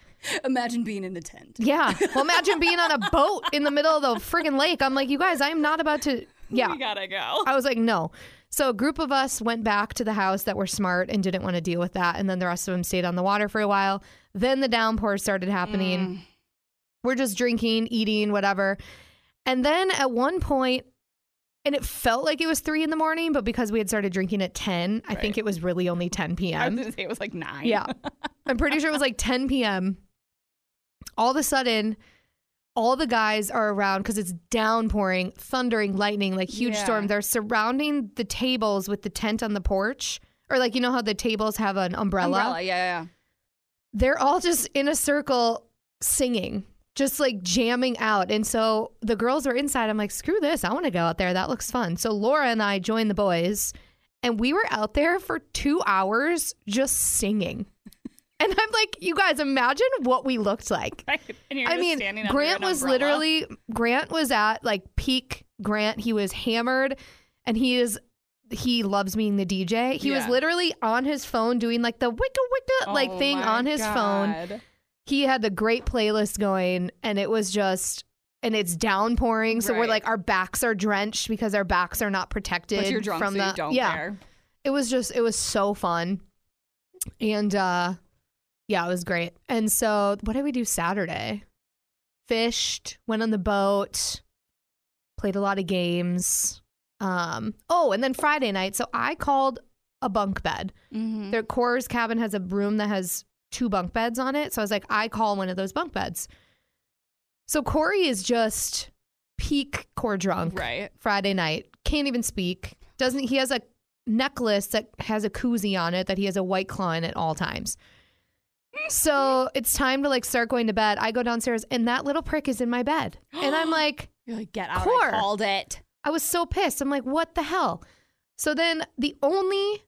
Speaker 4: Imagine being in a tent.
Speaker 3: Yeah. Well, imagine being on a boat in the middle of the friggin' lake. I'm like, you guys, I am not about to. Yeah.
Speaker 4: We gotta go.
Speaker 3: I was like, no. So a group of us went back to the house that were smart and didn't want to deal with that. And then the rest of them stayed on the water for a while. Then the downpour started happening.
Speaker 4: Mm.
Speaker 3: We're just drinking, eating, whatever. And then at one point, and it felt like it was three in the morning, but because we had started drinking at 10, I think
Speaker 4: Right.
Speaker 3: it was really only 10 p.m.
Speaker 4: I was gonna say it was like nine.
Speaker 3: Yeah. *laughs* I'm pretty sure it was like 10 p.m. All of a sudden, all the guys are around because it's downpouring, thundering, lightning, like huge
Speaker 4: Yeah.
Speaker 3: storm. They're surrounding the tables with the tent on the porch. Or like you know how the tables have an umbrella?
Speaker 4: Umbrella. Yeah, yeah, yeah.
Speaker 3: They're all just in a circle singing, just like jamming out. And so the girls were inside. I'm like, screw this. I want to go out there. That looks fun. So Laura and I joined the boys and we were out there for two hours just singing. And I'm like, you guys, imagine what we looked
Speaker 4: *laughs*
Speaker 3: like.
Speaker 4: Right. And you're
Speaker 3: I
Speaker 4: just
Speaker 3: mean,
Speaker 4: standing under
Speaker 3: Grant
Speaker 4: an
Speaker 3: was
Speaker 4: umbrella.
Speaker 3: literally Grant was at like peak Grant. He was hammered, and he is he loves being the DJ. He was
Speaker 4: Yeah.
Speaker 3: literally on his phone doing like the wicka wicka like
Speaker 4: Oh
Speaker 3: thing
Speaker 4: my
Speaker 3: on his phone.
Speaker 4: God.
Speaker 3: He had the great playlist going, and it was just and it's downpouring. So we're
Speaker 4: Right.
Speaker 3: like our backs are drenched because our backs are not protected
Speaker 4: But you're drunk,
Speaker 3: from
Speaker 4: so
Speaker 3: the
Speaker 4: you don't
Speaker 3: yeah
Speaker 4: care.
Speaker 3: it was just it was so fun and uh yeah it was great and so what did we do saturday fished went on the boat played a lot of games um oh and then friday night so i called a bunk bed
Speaker 4: Mhm.
Speaker 3: their Cora's cabin has a room that has two bunk beds on it. So I was like, I call one of those bunk beds. So Corey is just peak core drunk.
Speaker 4: Right.
Speaker 3: Friday night. Can't even speak. Doesn't he has a necklace that has a koozie on it that he has a white claw in at all times. So it's time to like start going to bed. I go downstairs and that little prick is in my bed. And I'm like,
Speaker 4: You're like, get out.
Speaker 3: Core.
Speaker 4: I called it.
Speaker 3: I was so pissed. I'm like, what the hell? So then the only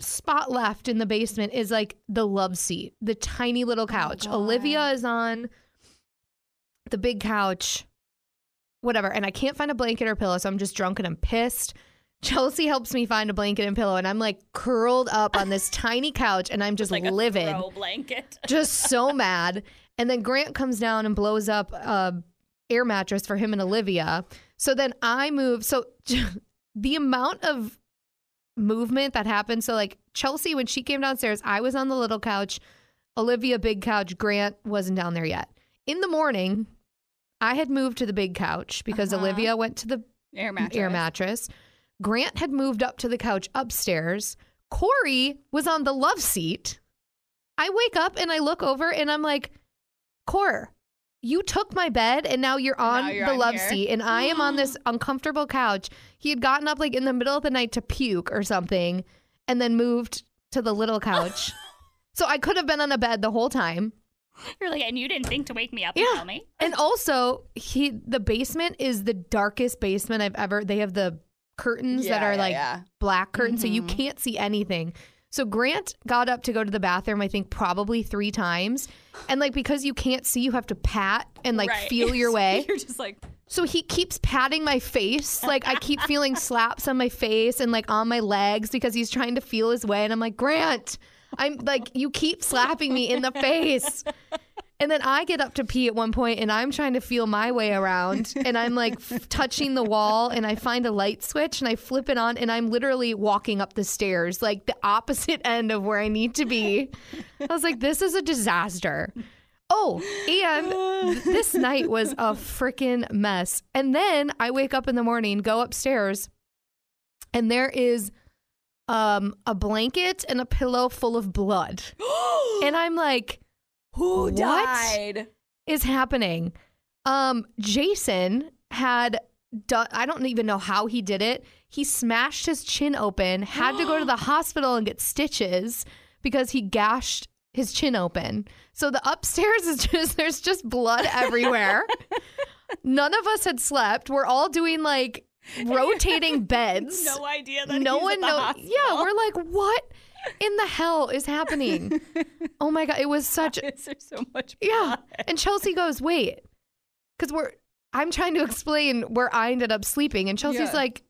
Speaker 3: spot left in the basement is like the love seat, the tiny little couch.
Speaker 4: Oh God.
Speaker 3: Olivia is on the big couch, whatever. And I can't find a blanket or pillow. So I'm just drunk and I'm pissed. *laughs* Chelsea helps me find a blanket and pillow. And I'm like curled up on
Speaker 4: *laughs*
Speaker 3: this tiny couch and I'm just
Speaker 4: Like a
Speaker 3: livid
Speaker 4: throw blanket. *laughs*
Speaker 3: just so mad. And then Grant comes down and blows up a air mattress for him and Olivia. So then I move. So *laughs* the amount of movement that happened. So like Chelsea, when she came downstairs, I was on the little couch. Olivia, big couch. Grant wasn't down there yet. In the morning, I had moved to the big couch because
Speaker 4: Uh-huh.
Speaker 3: Olivia went to the
Speaker 4: Air mattress.
Speaker 3: air mattress. Grant had moved up to the couch upstairs. Corey was on the love seat. I wake up and I look over and I'm like, Cor, you took my bed and now you're on
Speaker 4: now you're
Speaker 3: the
Speaker 4: on
Speaker 3: love
Speaker 4: here."
Speaker 3: seat. And I am on
Speaker 4: *gasps*
Speaker 3: this uncomfortable couch. He had gotten up like in the middle of the night to puke or something and then moved to the little
Speaker 4: *laughs*
Speaker 3: couch. so I could have been on a bed the whole time.
Speaker 4: You're like, and you didn't think to wake me up
Speaker 3: Yeah.
Speaker 4: and tell me.
Speaker 3: And also, he the basement is the darkest basement I've ever. They have the curtains that
Speaker 4: Yeah,
Speaker 3: are
Speaker 4: yeah,
Speaker 3: like
Speaker 4: yeah.
Speaker 3: black curtains, so you
Speaker 4: Mhm.
Speaker 3: can't see anything. So Grant got up to go to the bathroom, I think probably three times, and like because you can't see, you have to pat and like
Speaker 4: Right. *laughs*
Speaker 3: feel your way.
Speaker 4: You're just like,
Speaker 3: So he keeps patting my face, like I keep feeling slaps on my face and like on my legs because he's trying to feel his way, and I'm like Grant, I'm like you keep slapping me in the face. And then I get up to pee at one point and I'm trying to feel my way around and I'm like f- touching the wall and I find a light switch and I flip it on and I'm literally walking up the stairs, like the opposite *laughs* end of where I need to be. I was like, this is a disaster. Oh, and th- this night was a freaking mess. And then I wake up in the morning, go upstairs, and there is um, a blanket and a pillow full of blood. and I'm like,
Speaker 4: who
Speaker 3: What?
Speaker 4: died?
Speaker 3: is happening. Um, Jason had do- I don't even know how he did it. He smashed his chin open, had to
Speaker 4: *gasps*
Speaker 3: go to the hospital and get stitches because he gashed his chin open. So the upstairs is *laughs* just there's just blood
Speaker 4: *laughs*
Speaker 3: everywhere. None of us had slept. We're all doing
Speaker 4: *laughs*
Speaker 3: like rotating beds
Speaker 4: No idea that
Speaker 3: no
Speaker 4: he's
Speaker 3: one
Speaker 4: at the
Speaker 3: knows.
Speaker 4: hospital.
Speaker 3: Yeah, we're like, what in the hell is
Speaker 4: *laughs*
Speaker 3: happening? oh my god, it was such.
Speaker 4: Is there so much?
Speaker 3: Yeah,
Speaker 4: *laughs* blood?
Speaker 3: and Chelsea goes, wait, because we're. I'm trying to explain where I ended up sleeping, and Chelsea's
Speaker 4: Yeah.
Speaker 3: like,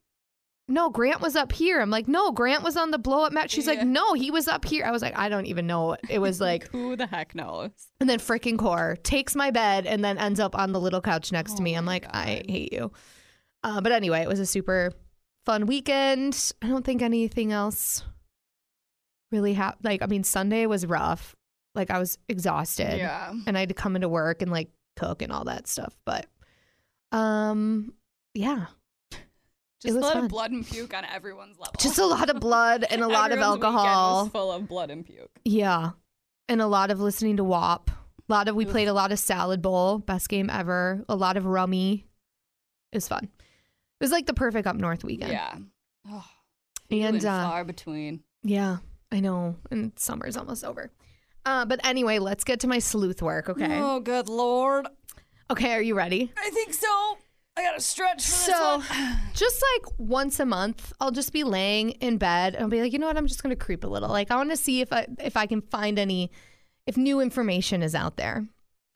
Speaker 3: no, Grant was up here. I'm like, no, Grant was on the blow up mat. She's like,
Speaker 4: Yeah.
Speaker 3: no, he was up here. I was like, I don't even know. It was
Speaker 4: *laughs*
Speaker 3: like,
Speaker 4: Who the heck knows?
Speaker 3: and then freaking Core takes my bed and then ends up on the little couch next to
Speaker 4: Oh
Speaker 3: me. I'm
Speaker 4: my
Speaker 3: like, I
Speaker 4: God.
Speaker 3: hate you. Uh, but anyway, it was a super fun weekend. I don't think anything else really happened. Like, I mean, Sunday was rough. Like, I was exhausted
Speaker 4: Yeah.
Speaker 3: and I had to come into work and like cook and all that stuff. But, um, yeah,
Speaker 4: Just a
Speaker 3: was
Speaker 4: lot
Speaker 3: fun.
Speaker 4: of blood and puke on everyone's level.
Speaker 3: just a lot of blood and
Speaker 4: *laughs*
Speaker 3: a lot of
Speaker 4: Everyone's weekend
Speaker 3: alcohol.
Speaker 4: was full of blood and puke.
Speaker 3: Yeah. And a lot of listening to WAP. A lot of we
Speaker 4: Oof.
Speaker 3: played a lot of salad bowl, best game ever. A lot of rummy. It was fun. It was like the perfect up north weekend.
Speaker 4: Yeah. Oh,
Speaker 3: And uh,
Speaker 4: far between.
Speaker 3: yeah, I know. And summer's almost over. Uh, but anyway, let's get to my sleuth work, okay?
Speaker 4: Oh, good lord.
Speaker 3: Okay, are you ready?
Speaker 4: I think so. I gotta stretch for
Speaker 3: So-
Speaker 4: this one.
Speaker 3: *sighs* Just like once a month, I'll just be laying in bed and I'll be like, you know what? I'm just gonna creep a little. Like I want to see if I if I can find any if new information is out there.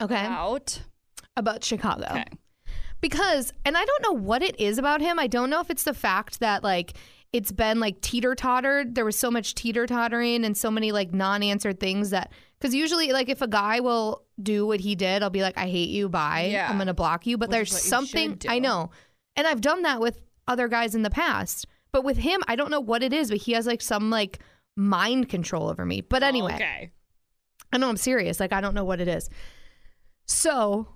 Speaker 3: Okay,
Speaker 4: Out.
Speaker 3: about Chicago.
Speaker 4: Okay.
Speaker 3: because and i don't know what it is about him i don't know if it's the fact that like it's been like teeter-tottered there was so much teeter-tottering and so many like non-answered things that because usually like if a guy will do what he did i'll be like i hate you bye
Speaker 4: Yeah.
Speaker 3: i'm gonna block you but
Speaker 4: Which
Speaker 3: there's
Speaker 4: is what you
Speaker 3: something
Speaker 4: should do.
Speaker 3: i know and i've done that with other guys in the past but with him i don't know what it is but he has like some like mind control over me but anyway
Speaker 4: Oh, Okay.
Speaker 3: I know I'm serious. Like I don't know what it is. So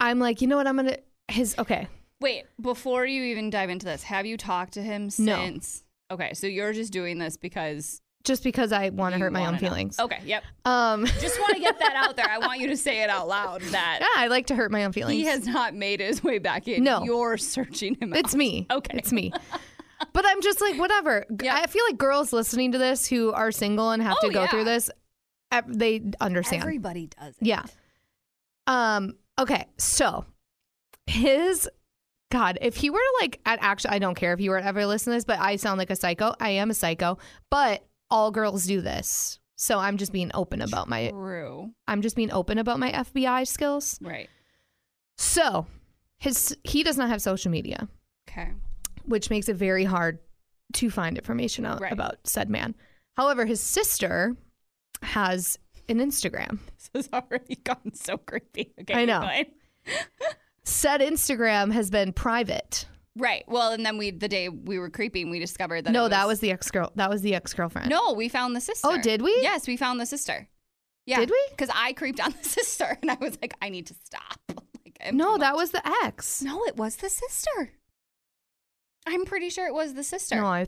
Speaker 3: I'm like, you know what? I'm gonna his okay.
Speaker 4: Wait, before you even dive into this, have you talked to him
Speaker 3: No.
Speaker 4: since? Okay, so you're just doing this because
Speaker 3: Just because I want to
Speaker 4: you
Speaker 3: hurt my own
Speaker 4: wanna know.
Speaker 3: feelings.
Speaker 4: Okay, yep.
Speaker 3: Um, *laughs*
Speaker 4: Just want to get that out there. I want you to say it out loud
Speaker 3: yeah, *laughs*
Speaker 4: that
Speaker 3: I like to hurt my own feelings.
Speaker 4: he has not made his way back in.
Speaker 3: No.
Speaker 4: you're searching him.
Speaker 3: it's
Speaker 4: out.
Speaker 3: me.
Speaker 4: *laughs* Okay.
Speaker 3: it's me. But I'm just like, whatever. G-
Speaker 4: Yeah.
Speaker 3: I feel like girls listening to this who are single and have
Speaker 4: Oh,
Speaker 3: to go
Speaker 4: yeah.
Speaker 3: through this, eh, they understand.
Speaker 4: Everybody does. It.
Speaker 3: Yeah. Um. Okay. So his God, if he were to like at actually, I don't care if you were to ever listen to this, but I sound like a psycho. I am a psycho, but all girls do this. So I'm just being open about my
Speaker 4: True.
Speaker 3: I'm just being open about my FBI skills.
Speaker 4: Right.
Speaker 3: So his he does not have social media,
Speaker 4: Okay. *laughs*
Speaker 3: which makes it very hard to find information out
Speaker 4: Right.
Speaker 3: about said man. However, his sister has an Instagram.
Speaker 4: This has *laughs* already gone so creepy. Okay.
Speaker 3: I
Speaker 4: keep
Speaker 3: know.
Speaker 4: going.
Speaker 3: Said Instagram has been private.
Speaker 4: Right. Well, and then we the day we were creeping, we discovered that.
Speaker 3: no,
Speaker 4: it was,
Speaker 3: that was the ex girl. That was the ex girlfriend.
Speaker 4: No, we found the sister.
Speaker 3: Oh, did we?
Speaker 4: Yes, we found the sister. Yeah.
Speaker 3: Did we?
Speaker 4: Because I creeped on *laughs* the sister, and I was like, I need to stop. *laughs* Like, I'm
Speaker 3: no,
Speaker 4: too
Speaker 3: that
Speaker 4: much.
Speaker 3: was the ex.
Speaker 4: *laughs* No, it was the sister. I'm pretty sure it was the sister.
Speaker 3: No, I.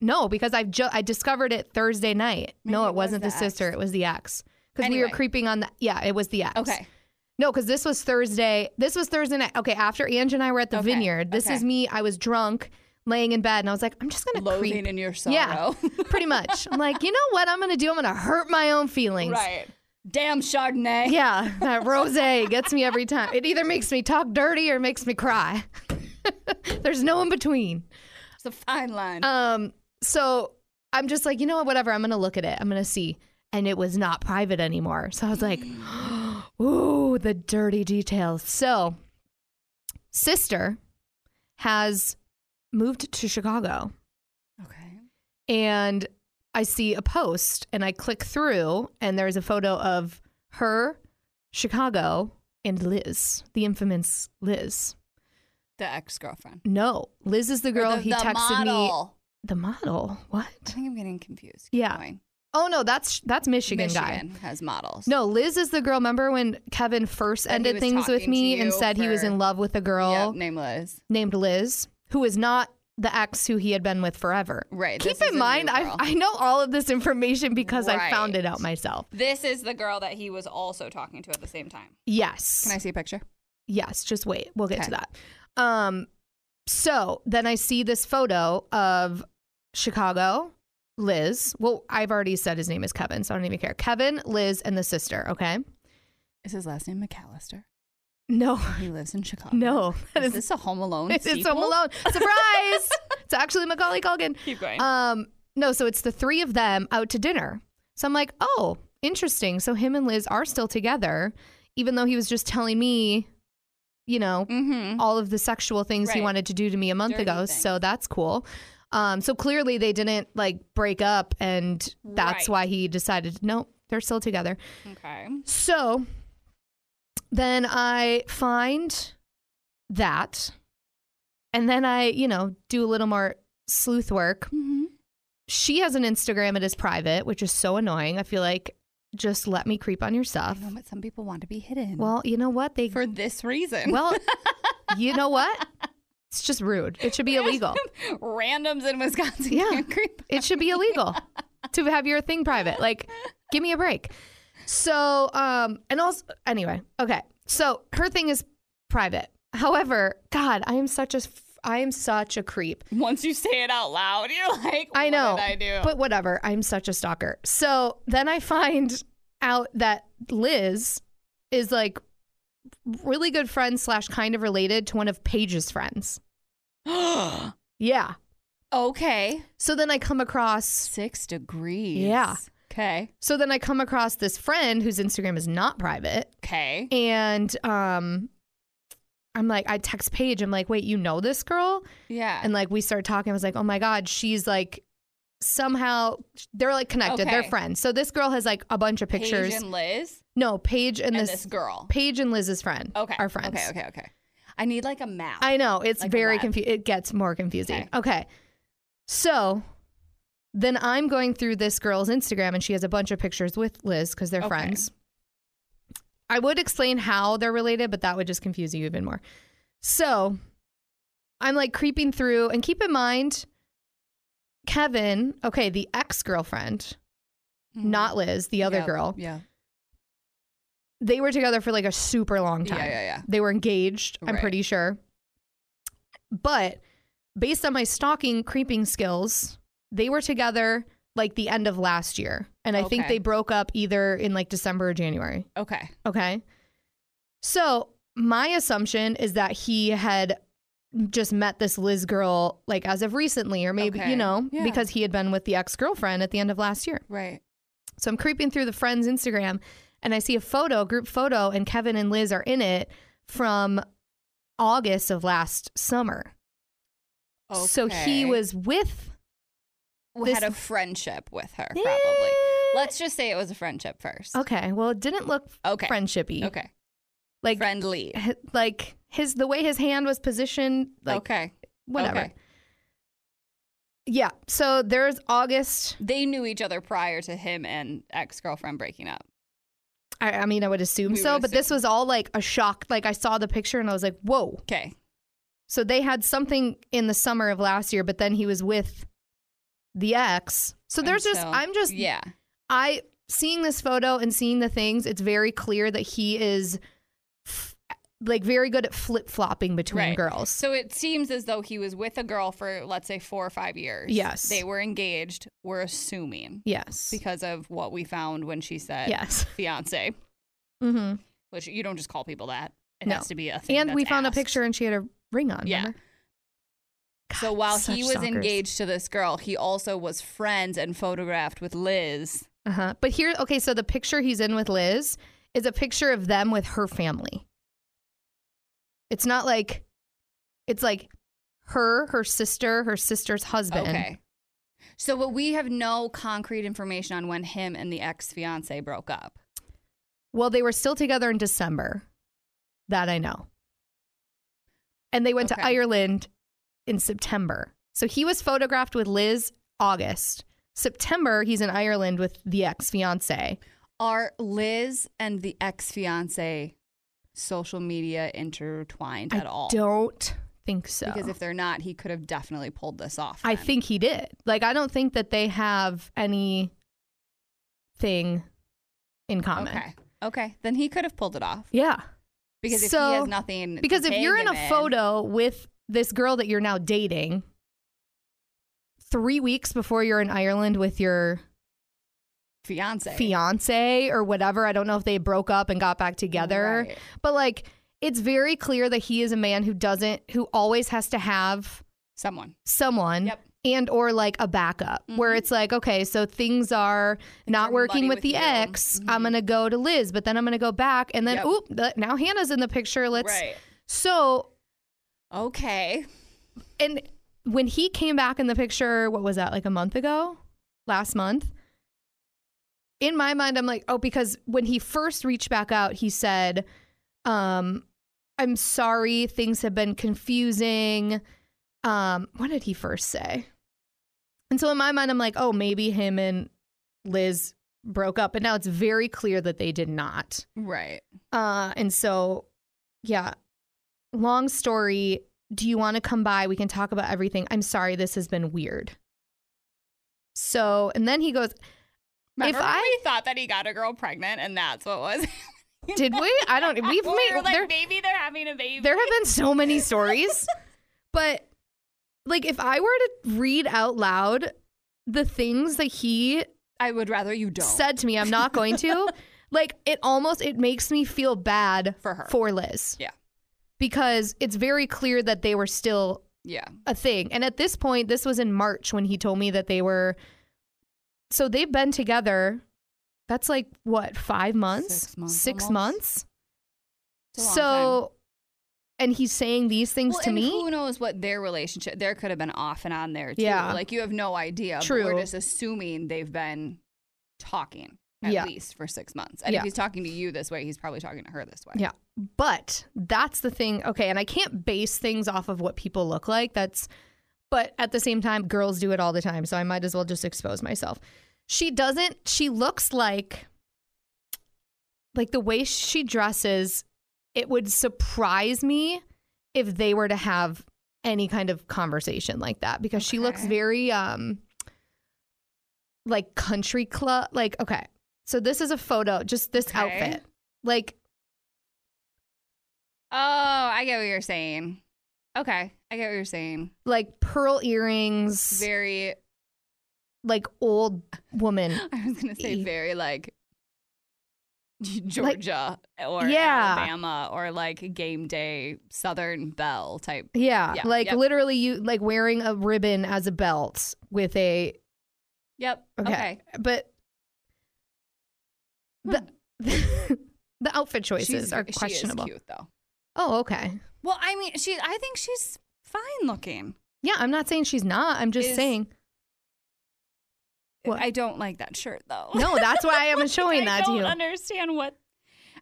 Speaker 3: No, because I ju- I discovered it Thursday night. no,
Speaker 4: Maybe
Speaker 3: it,
Speaker 4: it was
Speaker 3: wasn't the,
Speaker 4: the
Speaker 3: sister.
Speaker 4: ex.
Speaker 3: It was the ex. Because we were
Speaker 4: Anyway.
Speaker 3: creeping on the. Yeah, it was the ex.
Speaker 4: Okay.
Speaker 3: No, because this was Thursday. This was Thursday night. Okay, after Ange and I were at the
Speaker 4: Okay,
Speaker 3: vineyard. This
Speaker 4: okay.
Speaker 3: is me. I was drunk, laying in bed, and I was like, I'm just gonna
Speaker 4: Loathing
Speaker 3: creep.
Speaker 4: in your sorrow. *laughs*
Speaker 3: Yeah. Pretty much. I'm like, you know what? I'm gonna do. I'm gonna hurt my own feelings.
Speaker 4: right. Damn Chardonnay.
Speaker 3: Yeah, that rosé gets me every time. It either makes me talk dirty or makes me cry. *laughs* There's no in between.
Speaker 4: It's a fine line.
Speaker 3: Um, so I'm just like, you know what, whatever, I'm gonna look at it. I'm gonna see. And it was not private anymore. So I was like, *gasps* ooh, the dirty details. So sister has moved to Chicago
Speaker 4: okay.
Speaker 3: and I see a post and I click through and there's a photo of her, Chicago, and Liz, the infamous Liz.
Speaker 4: The ex girlfriend.
Speaker 3: No, Liz is the girl he texted me.
Speaker 4: model.
Speaker 3: The model.
Speaker 4: I
Speaker 3: What?
Speaker 4: think I'm getting confused.
Speaker 3: Yeah. Oh no, that's that's Michigan, guy.
Speaker 4: Michigan has models.
Speaker 3: No, Liz is the girl. Remember when Kevin first
Speaker 4: That he
Speaker 3: ended
Speaker 4: was
Speaker 3: things with
Speaker 4: talking
Speaker 3: me
Speaker 4: to
Speaker 3: and
Speaker 4: you
Speaker 3: said he was
Speaker 4: for-
Speaker 3: in love with a girl
Speaker 4: Yep, name Liz.
Speaker 3: named Liz, who is not the ex who he had been with forever.
Speaker 4: Right.
Speaker 3: Keep
Speaker 4: this is
Speaker 3: in
Speaker 4: a new
Speaker 3: mind, I
Speaker 4: girl.
Speaker 3: I know all of this information because I found it
Speaker 4: Right.
Speaker 3: out myself.
Speaker 4: This is the girl that he was also talking to at the same time.
Speaker 3: Yes.
Speaker 4: Can I see a picture?
Speaker 3: Yes, just wait. We'll get to
Speaker 4: Okay.
Speaker 3: that. Um, so then I see this photo of Chicago, Liz. Well, I've already said his name is Kevin, so I don't even care. Kevin, Liz, and the sister. Okay.
Speaker 4: Is his last name McAllister?
Speaker 3: No,
Speaker 4: He lives in Chicago.
Speaker 3: no, that
Speaker 4: Is
Speaker 3: is
Speaker 4: this a Home
Speaker 3: *laughs*
Speaker 4: Alone
Speaker 3: it's
Speaker 4: sequel?
Speaker 3: Home Alone.
Speaker 4: *laughs*
Speaker 3: Surprise! it's actually Macaulay Culkin.
Speaker 4: Keep going.
Speaker 3: Um, no, so it's the three of them out to dinner. So I'm like, oh, interesting. So him and Liz are still together, even though he was just telling me you know,
Speaker 4: Mm-hmm.
Speaker 3: all of the sexual things he
Speaker 4: Right.
Speaker 3: wanted to do to me a month
Speaker 4: Dirty
Speaker 3: ago.
Speaker 4: things.
Speaker 3: So that's cool. Um, so clearly they didn't like break up, and that's
Speaker 4: Right.
Speaker 3: why he decided, nope, they're still together.
Speaker 4: Okay. Um,
Speaker 3: So then I find that, and then I, you know, do a little more sleuth work.
Speaker 4: Mm-hmm.
Speaker 3: She has an Instagram, it is private, which is so annoying. I feel like just let me creep on your stuff.
Speaker 4: but some people want to be hidden.
Speaker 3: Well, you know what? They
Speaker 4: for this reason.
Speaker 3: Well, you know what? It's just rude. It should be illegal.
Speaker 4: *laughs* randoms in Wisconsin
Speaker 3: Yeah.
Speaker 4: can't creep.
Speaker 3: It should be illegal to have your thing private. Like, give me a break. So, um, and also, anyway, okay. So her thing is private. However, God, I am such a, f- I am such a creep.
Speaker 4: Once you say it out loud, you're like,
Speaker 3: I
Speaker 4: what
Speaker 3: know.
Speaker 4: did I do.
Speaker 3: But whatever. I'm such a stalker. So then I find out that Liz is like really good friends slash kind of related to one of Paige's friends. Yeah.
Speaker 4: *gasps* okay,
Speaker 3: So then I come across
Speaker 4: six degrees.
Speaker 3: Yeah.
Speaker 4: Okay.
Speaker 3: so then I come across this friend whose Instagram is not private
Speaker 4: Okay.
Speaker 3: and um I'm like I text Paige I'm like wait you know this girl
Speaker 4: Yeah.
Speaker 3: and like we started talking I was like oh my god she's like somehow they're like connected they're
Speaker 4: Okay.
Speaker 3: friends so this girl has like a bunch of pictures
Speaker 4: Paige and Liz
Speaker 3: no Paige and,
Speaker 4: and
Speaker 3: this,
Speaker 4: this, girl.
Speaker 3: Paige and Liz's friend
Speaker 4: Okay.
Speaker 3: are friends
Speaker 4: Okay. Okay. Okay. I need like a map.
Speaker 3: I know it's
Speaker 4: Like a
Speaker 3: very
Speaker 4: web.
Speaker 3: confusing. It gets more confusing. Okay. so then I'm going through this girl's Instagram, and she has a bunch of pictures with Liz because they're
Speaker 4: Okay.
Speaker 3: friends. I would explain how they're related, but that would just confuse you even more. So I'm like creeping through, and keep in mind, Kevin, okay, the ex girlfriend,
Speaker 4: Mhm.
Speaker 3: not Liz, the other
Speaker 4: Yep.
Speaker 3: girl,
Speaker 4: Yeah.
Speaker 3: they were together for like a super long time.
Speaker 4: Yeah. Yeah. Yeah.
Speaker 3: They were engaged, I'm
Speaker 4: Right.
Speaker 3: pretty sure. But based on my stalking creeping skills, they were together like the end of last year. And I think
Speaker 4: Okay.
Speaker 3: they broke up either in like December or January.
Speaker 4: Okay.
Speaker 3: Okay. So my assumption is that he had just met this Liz girl like as of recently, or maybe,
Speaker 4: Okay.
Speaker 3: you know,
Speaker 4: Yeah.
Speaker 3: because he had been with the ex girlfriend at the end of last year.
Speaker 4: Right.
Speaker 3: So I'm creeping through the friend's Instagram and I see a photo, a group photo, and Kevin and Liz are in it from August of last summer. So he
Speaker 4: Okay.
Speaker 3: was with this-
Speaker 4: had a friendship with her probably. Let's just say it was a friendship first.
Speaker 3: Okay. Well, it didn't look
Speaker 4: Okay.
Speaker 3: friendshipy.
Speaker 4: Okay.
Speaker 3: Like
Speaker 4: Friendly.
Speaker 3: h- like his the way his hand was positioned, like
Speaker 4: okay.
Speaker 3: whatever.
Speaker 4: okay.
Speaker 3: Yeah. So there's August.
Speaker 4: They knew each other prior to him and ex girlfriend breaking up.
Speaker 3: I, I mean, I would assume
Speaker 4: We
Speaker 3: so,
Speaker 4: would
Speaker 3: but this was all like a shock. Like I saw the picture and I was like, whoa.
Speaker 4: Okay.
Speaker 3: So they had something in the summer of last year, but then he was with the ex. So
Speaker 4: And
Speaker 3: there's just
Speaker 4: so-
Speaker 3: I'm just
Speaker 4: Yeah.
Speaker 3: I seeing this photo and seeing the things, it's very clear that he is f- like very good at flip-flopping between
Speaker 4: Right.
Speaker 3: girls.
Speaker 4: So it seems as though he was with a girl for let's say four or five years.
Speaker 3: Yes.
Speaker 4: They were engaged, we're assuming.
Speaker 3: yes.
Speaker 4: Because of what we found when she said
Speaker 3: yes.
Speaker 4: fiance.
Speaker 3: Mhm.
Speaker 4: Which you don't just call people that. It
Speaker 3: No.
Speaker 4: has to be a thing.
Speaker 3: And we
Speaker 4: that's
Speaker 3: found
Speaker 4: asked.
Speaker 3: a picture and she had a ring on.
Speaker 4: Yeah.
Speaker 3: remember?
Speaker 4: So while
Speaker 3: such
Speaker 4: he was
Speaker 3: stalkers.
Speaker 4: engaged to this girl, he also was friends and photographed with Liz.
Speaker 3: Uh-huh. But here okay, so the picture he's in with Liz is a picture of them with her family. It's not like it's like her, her sister, her sister's husband.
Speaker 4: Okay. So but we have no concrete information on when him and the ex fiance broke up.
Speaker 3: Well, they were still together in December. That I know. And they went
Speaker 4: Okay.
Speaker 3: to Ireland in September. So he was photographed with Liz August. September, he's in Ireland with the ex fiance.
Speaker 4: Are Liz and the ex fiance social media intertwined
Speaker 3: I
Speaker 4: at all?
Speaker 3: don't think so.
Speaker 4: Because if they're not, he could have definitely pulled this off.
Speaker 3: I
Speaker 4: then.
Speaker 3: think he did. Like, I don't think that they have any thing in common.
Speaker 4: Okay. Okay. Then he could have pulled it off.
Speaker 3: Yeah.
Speaker 4: Because if
Speaker 3: So-
Speaker 4: he has nothing. to
Speaker 3: Because if
Speaker 4: tag
Speaker 3: you're in
Speaker 4: him
Speaker 3: a photo with this girl that you're now dating, three weeks before you're in Ireland with your
Speaker 4: fiance.
Speaker 3: fiance or whatever, I don't know if they broke up and got back together,
Speaker 4: Right.
Speaker 3: but like it's very clear that he is a man who doesn't, who always has to have
Speaker 4: Someone.
Speaker 3: someone
Speaker 4: Yep. Mm-hmm.
Speaker 3: and or like a backup where it's like okay so things are not
Speaker 4: they're
Speaker 3: working
Speaker 4: muddy
Speaker 3: with
Speaker 4: with
Speaker 3: the
Speaker 4: you.
Speaker 3: ex i'm
Speaker 4: Mhm.
Speaker 3: gonna go to liz but then i'm gonna go back and then
Speaker 4: Yep.
Speaker 3: oop th- now hannah's in the picture let's
Speaker 4: right.
Speaker 3: So,
Speaker 4: Okay.
Speaker 3: and when he came back in the picture, what was that, like a month ago? Last month? In my mind, I'm like, oh, because when he first reached back out, he said, um, I'm sorry, things have been confusing. Um, what did he first say? And so in my mind, I'm like, oh, maybe him and Liz broke up. But now it's very clear that they did not.
Speaker 4: Right.
Speaker 3: Uh, and so, yeah, long story. Do you want to come by? We can talk about everything. I'm sorry, this has been weird. So, and then he goes,
Speaker 4: Remember when
Speaker 3: I-
Speaker 4: we thought that he got a girl pregnant and that's what was *laughs*
Speaker 3: Did we? I don't, we've
Speaker 4: we were
Speaker 3: made,
Speaker 4: like
Speaker 3: there,
Speaker 4: maybe they're having a baby.
Speaker 3: *laughs* there have been so many
Speaker 4: *laughs*
Speaker 3: stories, but like if I were to read out loud the things that he
Speaker 4: I would rather you don't.
Speaker 3: said to me, I'm not going
Speaker 4: *laughs*
Speaker 3: to, like it almost, it makes me feel bad
Speaker 4: For her.
Speaker 3: for Liz.
Speaker 4: Yeah.
Speaker 3: Because it's very clear that they were still
Speaker 4: yeah.
Speaker 3: a thing. And at this point, this was in March when he told me that they were. So they've been together. That's like what five months?
Speaker 4: Six months
Speaker 3: Six
Speaker 4: almost.
Speaker 3: months?
Speaker 4: It's a long
Speaker 3: So, and he's saying these
Speaker 4: time.
Speaker 3: things
Speaker 4: Well,
Speaker 3: to
Speaker 4: and
Speaker 3: me.
Speaker 4: who knows what their relationship there could have been off and on there too.
Speaker 3: Yeah.
Speaker 4: Like you have no idea. but
Speaker 3: True.
Speaker 4: We're just assuming they've been talking at
Speaker 3: Yeah.
Speaker 4: least for six months. And
Speaker 3: Yeah.
Speaker 4: if he's talking to you this way, he's probably talking to her this way.
Speaker 3: Yeah. But that's the thing. Okay. And I can't base things off of what people look like. That's, but at the same time, girls do it all the time. So I might as well just expose myself. She doesn't, she looks like, like the way she dresses, it would surprise me if they were to have any kind of conversation like that because she looks
Speaker 4: Okay.
Speaker 3: very, um, like country club. Like, okay. So this is a photo, just this
Speaker 4: Okay.
Speaker 3: outfit. Like,
Speaker 4: Oh, I get what you're saying. Okay. I get what you're saying.
Speaker 3: like pearl earrings,
Speaker 4: Very
Speaker 3: like old woman.
Speaker 4: *laughs* I was gonna say
Speaker 3: E-
Speaker 4: very like Georgia eh, or
Speaker 3: Yeah.
Speaker 4: Alabama or like game day Southern Belle type.
Speaker 3: Yeah,
Speaker 4: Yeah,
Speaker 3: like
Speaker 4: yep.
Speaker 3: literally you like wearing a ribbon as a belt with a
Speaker 4: Yep.
Speaker 3: okay, but *laughs* the the outfit choices
Speaker 4: Hmm. She's
Speaker 3: are
Speaker 4: ve-
Speaker 3: questionable.
Speaker 4: She is cute though.
Speaker 3: Oh, okay.
Speaker 4: Well, I mean, she. I think she's fine looking.
Speaker 3: Yeah, I'm not saying she's not. I'm just
Speaker 4: Is- *laughs*
Speaker 3: saying What?
Speaker 4: I don't like that shirt though.
Speaker 3: no. That's why
Speaker 4: *laughs*
Speaker 3: I'm showing
Speaker 4: I
Speaker 3: that to
Speaker 4: don't
Speaker 3: you.
Speaker 4: understand what.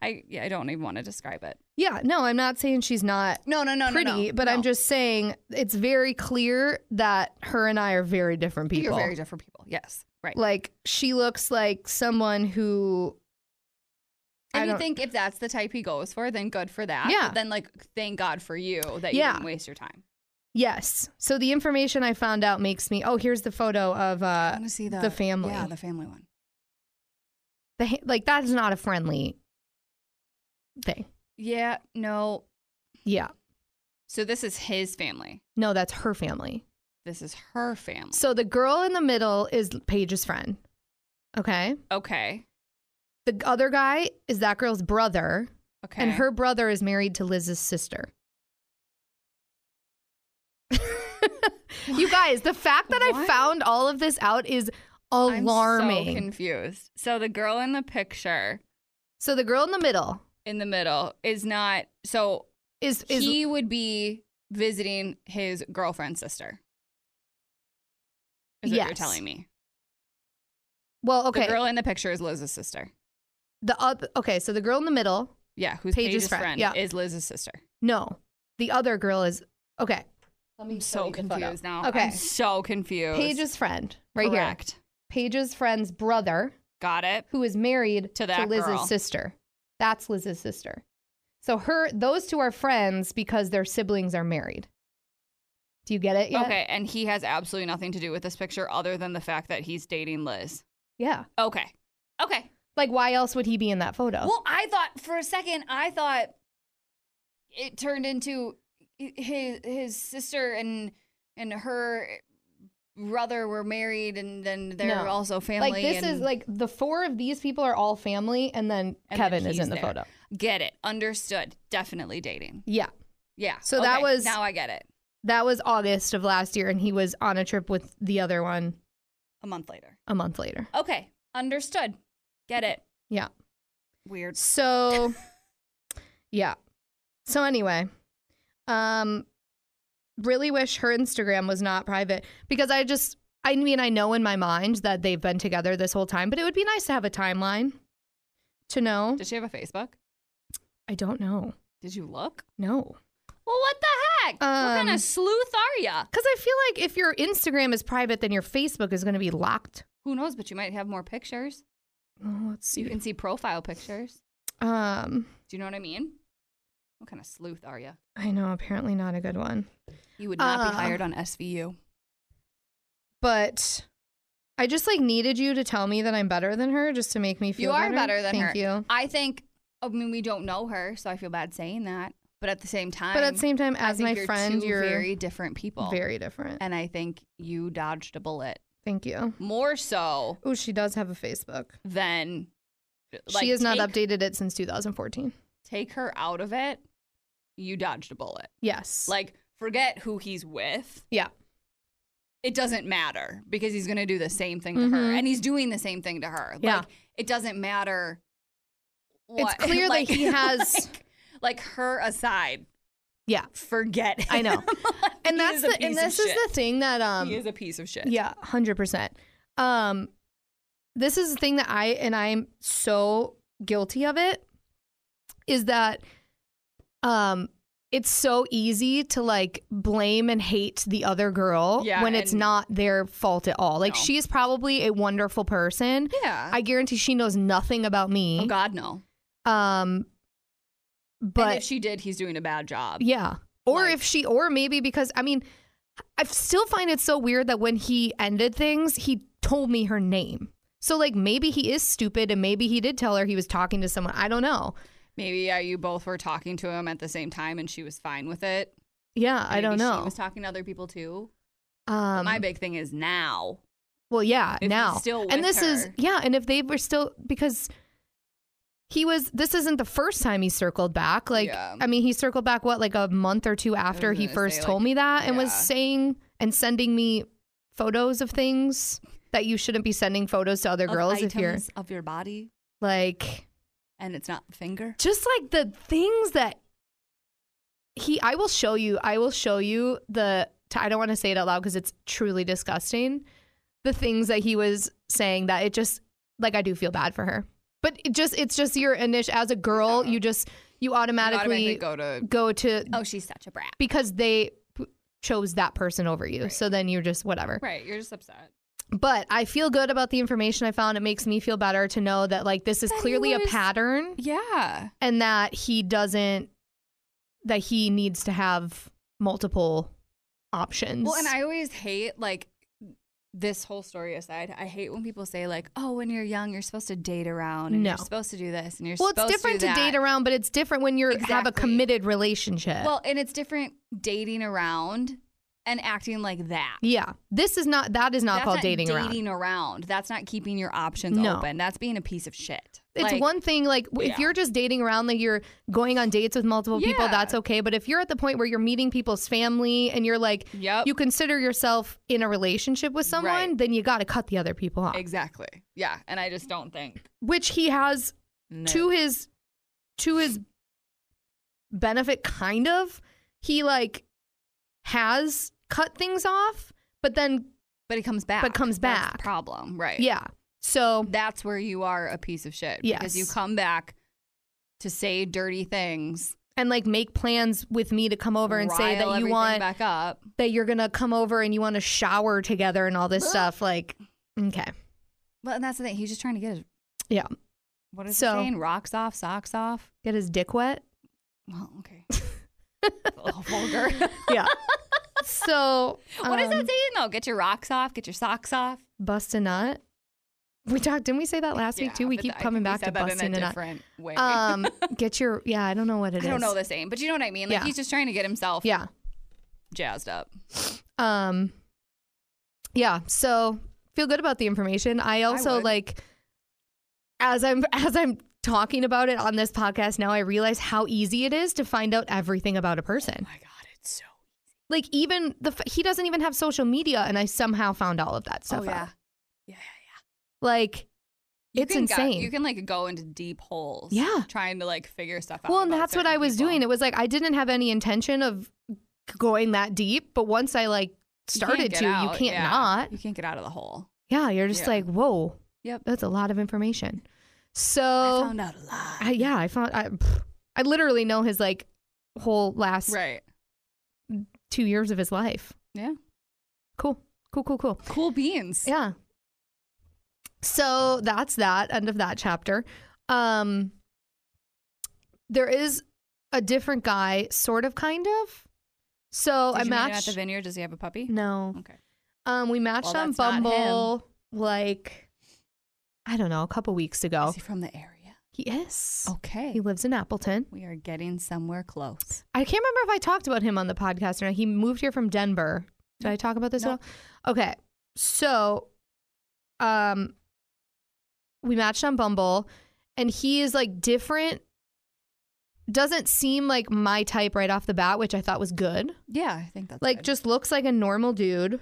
Speaker 4: I yeah, I don't even want to describe it.
Speaker 3: yeah, no, I'm not saying she's not
Speaker 4: No, no, no,
Speaker 3: pretty, but I'm just saying it's very clear that her and I are very different people.
Speaker 4: You're very different people. Yes, right.
Speaker 3: like she looks like someone who I
Speaker 4: And you
Speaker 3: don't-
Speaker 4: think if that's the type he goes for, then good for that.
Speaker 3: Yeah.
Speaker 4: But then like, thank God for you that
Speaker 3: Yeah.
Speaker 4: you didn't waste your time.
Speaker 3: Yes. So the information I found out makes me. Oh, here's the photo of uh,
Speaker 4: want to see
Speaker 3: the the- family. yeah,
Speaker 4: Yeah,
Speaker 3: the
Speaker 4: the family one.
Speaker 3: the ha- like that's not a friendly thing.
Speaker 4: Yeah. No.
Speaker 3: Yeah.
Speaker 4: So this is his family.
Speaker 3: No, that's her family.
Speaker 4: This is her family.
Speaker 3: So the girl in the middle is Paige's friend. Okay.
Speaker 4: okay.
Speaker 3: The other guy is that girl's brother,
Speaker 4: Okay.
Speaker 3: and her brother is married to Liz's sister. *laughs* you guys, the fact that I
Speaker 4: What?
Speaker 3: found all of this out is alarming.
Speaker 4: I'm so confused. So the girl in the picture
Speaker 3: so the girl in the middle
Speaker 4: in the middle is not. So
Speaker 3: is is
Speaker 4: he would be visiting his girlfriend's sister. Is what you're
Speaker 3: Yes.
Speaker 4: telling me.
Speaker 3: well okay.
Speaker 4: The girl in the picture is Liz's sister.
Speaker 3: The other, okay, so the girl in the middle,
Speaker 4: Yeah, who's
Speaker 3: Paige's
Speaker 4: Paige's,
Speaker 3: friend,
Speaker 4: friend,
Speaker 3: yeah.
Speaker 4: is Liz's sister.
Speaker 3: no. The other girl is okay. Let me
Speaker 4: I'm so confused now.
Speaker 3: Okay,
Speaker 4: I'm so confused.
Speaker 3: Paige's friend, right
Speaker 4: Correct.
Speaker 3: here. Paige's friend's brother,
Speaker 4: Got it.
Speaker 3: who is married
Speaker 4: To that
Speaker 3: Liz's
Speaker 4: girl.
Speaker 3: sister. That's Liz's sister. So her, those two are friends because their siblings are married. Do you get it? Yet?
Speaker 4: Okay, and he has absolutely nothing to do with this picture other than the fact that he's dating Liz.
Speaker 3: Yeah.
Speaker 4: Okay. Okay.
Speaker 3: Like, why else would he be in that photo?
Speaker 4: Well, I thought for a second, I thought it turned into hi- his his sister and and her brother were married, and then they're
Speaker 3: No.
Speaker 4: also family.
Speaker 3: like this is
Speaker 4: and-
Speaker 3: like the four of these people are all family, and then
Speaker 4: And then
Speaker 3: Kevin is
Speaker 4: he's
Speaker 3: in the
Speaker 4: there.
Speaker 3: photo.
Speaker 4: get it understood. Definitely dating.
Speaker 3: Yeah.
Speaker 4: Yeah.
Speaker 3: So that
Speaker 4: Okay,
Speaker 3: was-
Speaker 4: now I get it.
Speaker 3: That was August of last year, and he was on a trip with the other one
Speaker 4: A month later.
Speaker 3: a month later.
Speaker 4: Okay, understood. Get it.
Speaker 3: Yeah.
Speaker 4: Weird.
Speaker 3: So, yeah. So, anyway, Um, really wish her Instagram was not private because I just, I mean, I know in my mind that they've been together this whole time, but it would be nice to have a timeline to know.
Speaker 4: Did she have a Facebook?
Speaker 3: I don't know.
Speaker 4: Did you look?
Speaker 3: No.
Speaker 4: Well, what the heck? what kind
Speaker 3: Um,
Speaker 4: of sleuth are ya?
Speaker 3: Because I feel like if your Instagram is private, then your Facebook is going to be locked.
Speaker 4: Who knows? But you might have more pictures.
Speaker 3: Oh, let's
Speaker 4: You
Speaker 3: see.
Speaker 4: can see profile pictures.
Speaker 3: Um,
Speaker 4: Do you know what I mean? What kind of sleuth are you?
Speaker 3: I know, apparently not a good one.
Speaker 4: You would not
Speaker 3: Uh.
Speaker 4: be hired on SVU.
Speaker 3: But I just like needed you to tell me that I'm better than her just to make me feel
Speaker 4: You are better than
Speaker 3: Thank
Speaker 4: her.
Speaker 3: you.
Speaker 4: I think. I mean, we don't know her, so I feel bad saying that. But at the same time,
Speaker 3: But at the same time,
Speaker 4: I
Speaker 3: as
Speaker 4: think
Speaker 3: my
Speaker 4: you're
Speaker 3: friend,
Speaker 4: two
Speaker 3: you're
Speaker 4: very different people.
Speaker 3: very different.
Speaker 4: and I think you dodged a bullet
Speaker 3: Thank you.
Speaker 4: more so
Speaker 3: Oh, she does have a Facebook.
Speaker 4: than.
Speaker 3: she
Speaker 4: like,
Speaker 3: has not
Speaker 4: take-
Speaker 3: updated it since 2014.
Speaker 4: Take her out of it. You dodged a bullet.
Speaker 3: Yes.
Speaker 4: Like, forget who he's with.
Speaker 3: yeah.
Speaker 4: It doesn't matter because he's going to do the same thing to her.
Speaker 3: Mhm.
Speaker 4: And he's doing the same thing to her.
Speaker 3: Yeah.
Speaker 4: Like, it doesn't matter. *laughs*
Speaker 3: It's clear that he has-
Speaker 4: Like, *laughs* like her aside,
Speaker 3: Yeah.
Speaker 4: forget. Him. *laughs*
Speaker 3: I know.
Speaker 4: Like,
Speaker 3: And
Speaker 4: he
Speaker 3: that's
Speaker 4: is a
Speaker 3: the and
Speaker 4: piece of
Speaker 3: this is
Speaker 4: shit.
Speaker 3: the thing that um
Speaker 4: he is a piece of shit.
Speaker 3: Yeah, hundred percent. Um, this is the thing that I and I'm so guilty of it is that um it's so easy to like blame and hate the other girl
Speaker 4: Yeah,
Speaker 3: when it's
Speaker 4: and-
Speaker 3: not their fault at all. Like
Speaker 4: No.
Speaker 3: she's probably a wonderful person.
Speaker 4: Yeah.
Speaker 3: I guarantee she knows nothing about
Speaker 4: oh,
Speaker 3: me.
Speaker 4: God, no.
Speaker 3: um,
Speaker 4: and
Speaker 3: but
Speaker 4: if she did, he's doing a bad job.
Speaker 3: yeah. Or
Speaker 4: Like-
Speaker 3: if she, or maybe because, I mean, I still find it so weird that when he ended things, he told me her name. So, like, maybe he is stupid and maybe he did tell her he was talking to someone. I don't know.
Speaker 4: Maybe uh, you both were talking to him at the same time and she was fine with it.
Speaker 3: Yeah, I
Speaker 4: Maybe
Speaker 3: don't
Speaker 4: She
Speaker 3: know.
Speaker 4: was talking to other people too.
Speaker 3: Um,
Speaker 4: My big thing is now.
Speaker 3: well, yeah,
Speaker 4: if
Speaker 3: now.
Speaker 4: he's still
Speaker 3: and
Speaker 4: with
Speaker 3: this is,
Speaker 4: her.
Speaker 3: yeah, and if they were still, because he was, this isn't the first time he circled back. Like,
Speaker 4: Yeah.
Speaker 3: I mean, he circled back, what, like a month or two after
Speaker 4: was
Speaker 3: he
Speaker 4: gonna
Speaker 3: first
Speaker 4: say,
Speaker 3: told
Speaker 4: like,
Speaker 3: me that and was
Speaker 4: yeah.
Speaker 3: saying and sending me photos of things that you shouldn't be sending photos to other
Speaker 4: Of
Speaker 3: girls if you're
Speaker 4: items of your body
Speaker 3: like
Speaker 4: and it's not the finger.
Speaker 3: just like the things that he I will show you I will show you the I don't want to say it out loud cuz it's truly disgusting the things that he was saying that it just like I do feel bad for her but it just it's just your initial as a girl you just you automatically,
Speaker 4: automatically go to
Speaker 3: go to
Speaker 4: oh she's such a brat.
Speaker 3: because they p- chose that person over you. So then you're just whatever.
Speaker 4: Right, you're just upset.
Speaker 3: But I feel good about the information I found. It makes me feel better to know that like this is
Speaker 4: That he
Speaker 3: clearly a
Speaker 4: was-
Speaker 3: pattern
Speaker 4: Yeah.
Speaker 3: and that he doesn't that he needs to have multiple options.
Speaker 4: Well, and I always hate like this whole story aside. I hate when people say like, "Oh, when you're young, you're supposed to date around and you're
Speaker 3: No.
Speaker 4: supposed to do this and you're
Speaker 3: well, it's
Speaker 4: supposed
Speaker 3: different
Speaker 4: to,
Speaker 3: to,
Speaker 4: do that."
Speaker 3: date around, but it's different when you are have a
Speaker 4: Exactly.
Speaker 3: committed relationship.
Speaker 4: Well, and it's different dating around and acting like that.
Speaker 3: yeah, this is not that is not
Speaker 4: That's
Speaker 3: called
Speaker 4: not
Speaker 3: dating, around.
Speaker 4: dating around. That's not keeping your options
Speaker 3: No.
Speaker 4: open. That's being a piece of shit.
Speaker 3: It's
Speaker 4: Like,
Speaker 3: one thing, like w- if
Speaker 4: Yeah.
Speaker 3: you're just dating around, like you're going on dates with multiple people,
Speaker 4: Yeah.
Speaker 3: that's okay. But if you're at the point where you're meeting people's family and you're like,
Speaker 4: Yep.
Speaker 3: you consider yourself in a relationship with someone,
Speaker 4: Right.
Speaker 3: then you got to cut the other people off,
Speaker 4: Exactly. Yeah. And I just don't think.
Speaker 3: which he has
Speaker 4: No.
Speaker 3: to his to his benefit, kind of. He like has cut things off, but then
Speaker 4: But it comes back.
Speaker 3: But comes
Speaker 4: That's the
Speaker 3: back.
Speaker 4: problem. Right.
Speaker 3: yeah, so
Speaker 4: That's where you are a piece of shit. Because you
Speaker 3: Yes.
Speaker 4: come back to say dirty things.
Speaker 3: and like make plans with me to come over and say
Speaker 4: rile
Speaker 3: that you
Speaker 4: everything
Speaker 3: want
Speaker 4: back up.
Speaker 3: that you're gonna come over and you want to shower together and all
Speaker 4: *gasps*
Speaker 3: this stuff. Like, okay,
Speaker 4: Well, and that's the thing. He's just trying to get his
Speaker 3: yeah,
Speaker 4: what is
Speaker 3: So-
Speaker 4: he saying? Rocks off, socks off.
Speaker 3: get his dick wet.
Speaker 4: Well,
Speaker 3: *laughs*
Speaker 4: okay. a little vulgar. *laughs*
Speaker 3: Yeah. so
Speaker 4: What
Speaker 3: um,
Speaker 4: is that saying though? Get your rocks off. Get your socks off.
Speaker 3: Bust a nut. We talked. Didn't we say that last week
Speaker 4: Yeah,
Speaker 3: too? We
Speaker 4: but
Speaker 3: keep
Speaker 4: th- I
Speaker 3: coming
Speaker 4: think
Speaker 3: back
Speaker 4: we
Speaker 3: to
Speaker 4: said that
Speaker 3: busting a
Speaker 4: in a
Speaker 3: nut.
Speaker 4: different way.
Speaker 3: Um, get your yeah. I don't know what it
Speaker 4: *laughs* I
Speaker 3: is.
Speaker 4: don't know the same, but you know what I mean. Like
Speaker 3: Yeah.
Speaker 4: he's just trying to get himself
Speaker 3: Yeah.
Speaker 4: jazzed up.
Speaker 3: Um. Yeah. So feel good about the information. I also
Speaker 4: would.
Speaker 3: like as I'm *laughs* as I'm talking about it on this podcast now. I realize how easy it is to find out everything about a person.
Speaker 4: my god, it's so
Speaker 3: like even the f- he doesn't even have social media and i somehow found all of that stuff
Speaker 4: oh
Speaker 3: out.
Speaker 4: yeah. yeah, yeah,
Speaker 3: like
Speaker 4: You
Speaker 3: it's
Speaker 4: can go-
Speaker 3: insane.
Speaker 4: you can like go into deep holes.
Speaker 3: Yeah.
Speaker 4: Trying to like figure stuff out.
Speaker 3: Well, and
Speaker 4: about
Speaker 3: that's what
Speaker 4: certain
Speaker 3: I was
Speaker 4: people.
Speaker 3: doing. It was like I didn't have any intention of going that deep, but once I like
Speaker 4: You can't
Speaker 3: started
Speaker 4: get
Speaker 3: to,
Speaker 4: out,
Speaker 3: you can't
Speaker 4: yeah.
Speaker 3: not.
Speaker 4: You can't get out of the hole.
Speaker 3: Yeah, you're just
Speaker 4: Yeah.
Speaker 3: like, whoa,
Speaker 4: Yep.
Speaker 3: that's a lot of information.
Speaker 4: I
Speaker 3: So,
Speaker 4: found out a lot.
Speaker 3: I, yeah, I found I, pff, I literally know his like whole last
Speaker 4: *laughs* right.
Speaker 3: two years of his life.
Speaker 4: Yeah.
Speaker 3: Cool, cool, cool, cool.
Speaker 4: Cool beans.
Speaker 3: Yeah. So that's that end of that chapter. Um there is a different guy sort of kind of. So
Speaker 4: Did
Speaker 3: I
Speaker 4: you meet him at
Speaker 3: matched
Speaker 4: the vineyard. Does he have a puppy?
Speaker 3: No.
Speaker 4: Okay.
Speaker 3: Um we matched
Speaker 4: Well,
Speaker 3: on
Speaker 4: that's not him.
Speaker 3: Bumble like I don't know, a couple weeks ago.
Speaker 4: Is he from the area?
Speaker 3: He is.
Speaker 4: Okay.
Speaker 3: He lives in Appleton.
Speaker 4: We are getting somewhere close.
Speaker 3: I can't remember if I talked about him on the podcast or not. He moved here from Denver. Did I talk about this
Speaker 4: No.
Speaker 3: at all? Okay. So um we matched on Bumble and he is like different doesn't seem like my type right off the bat, which I thought was good.
Speaker 4: Yeah, I think that's
Speaker 3: Like
Speaker 4: good.
Speaker 3: just looks like a normal dude.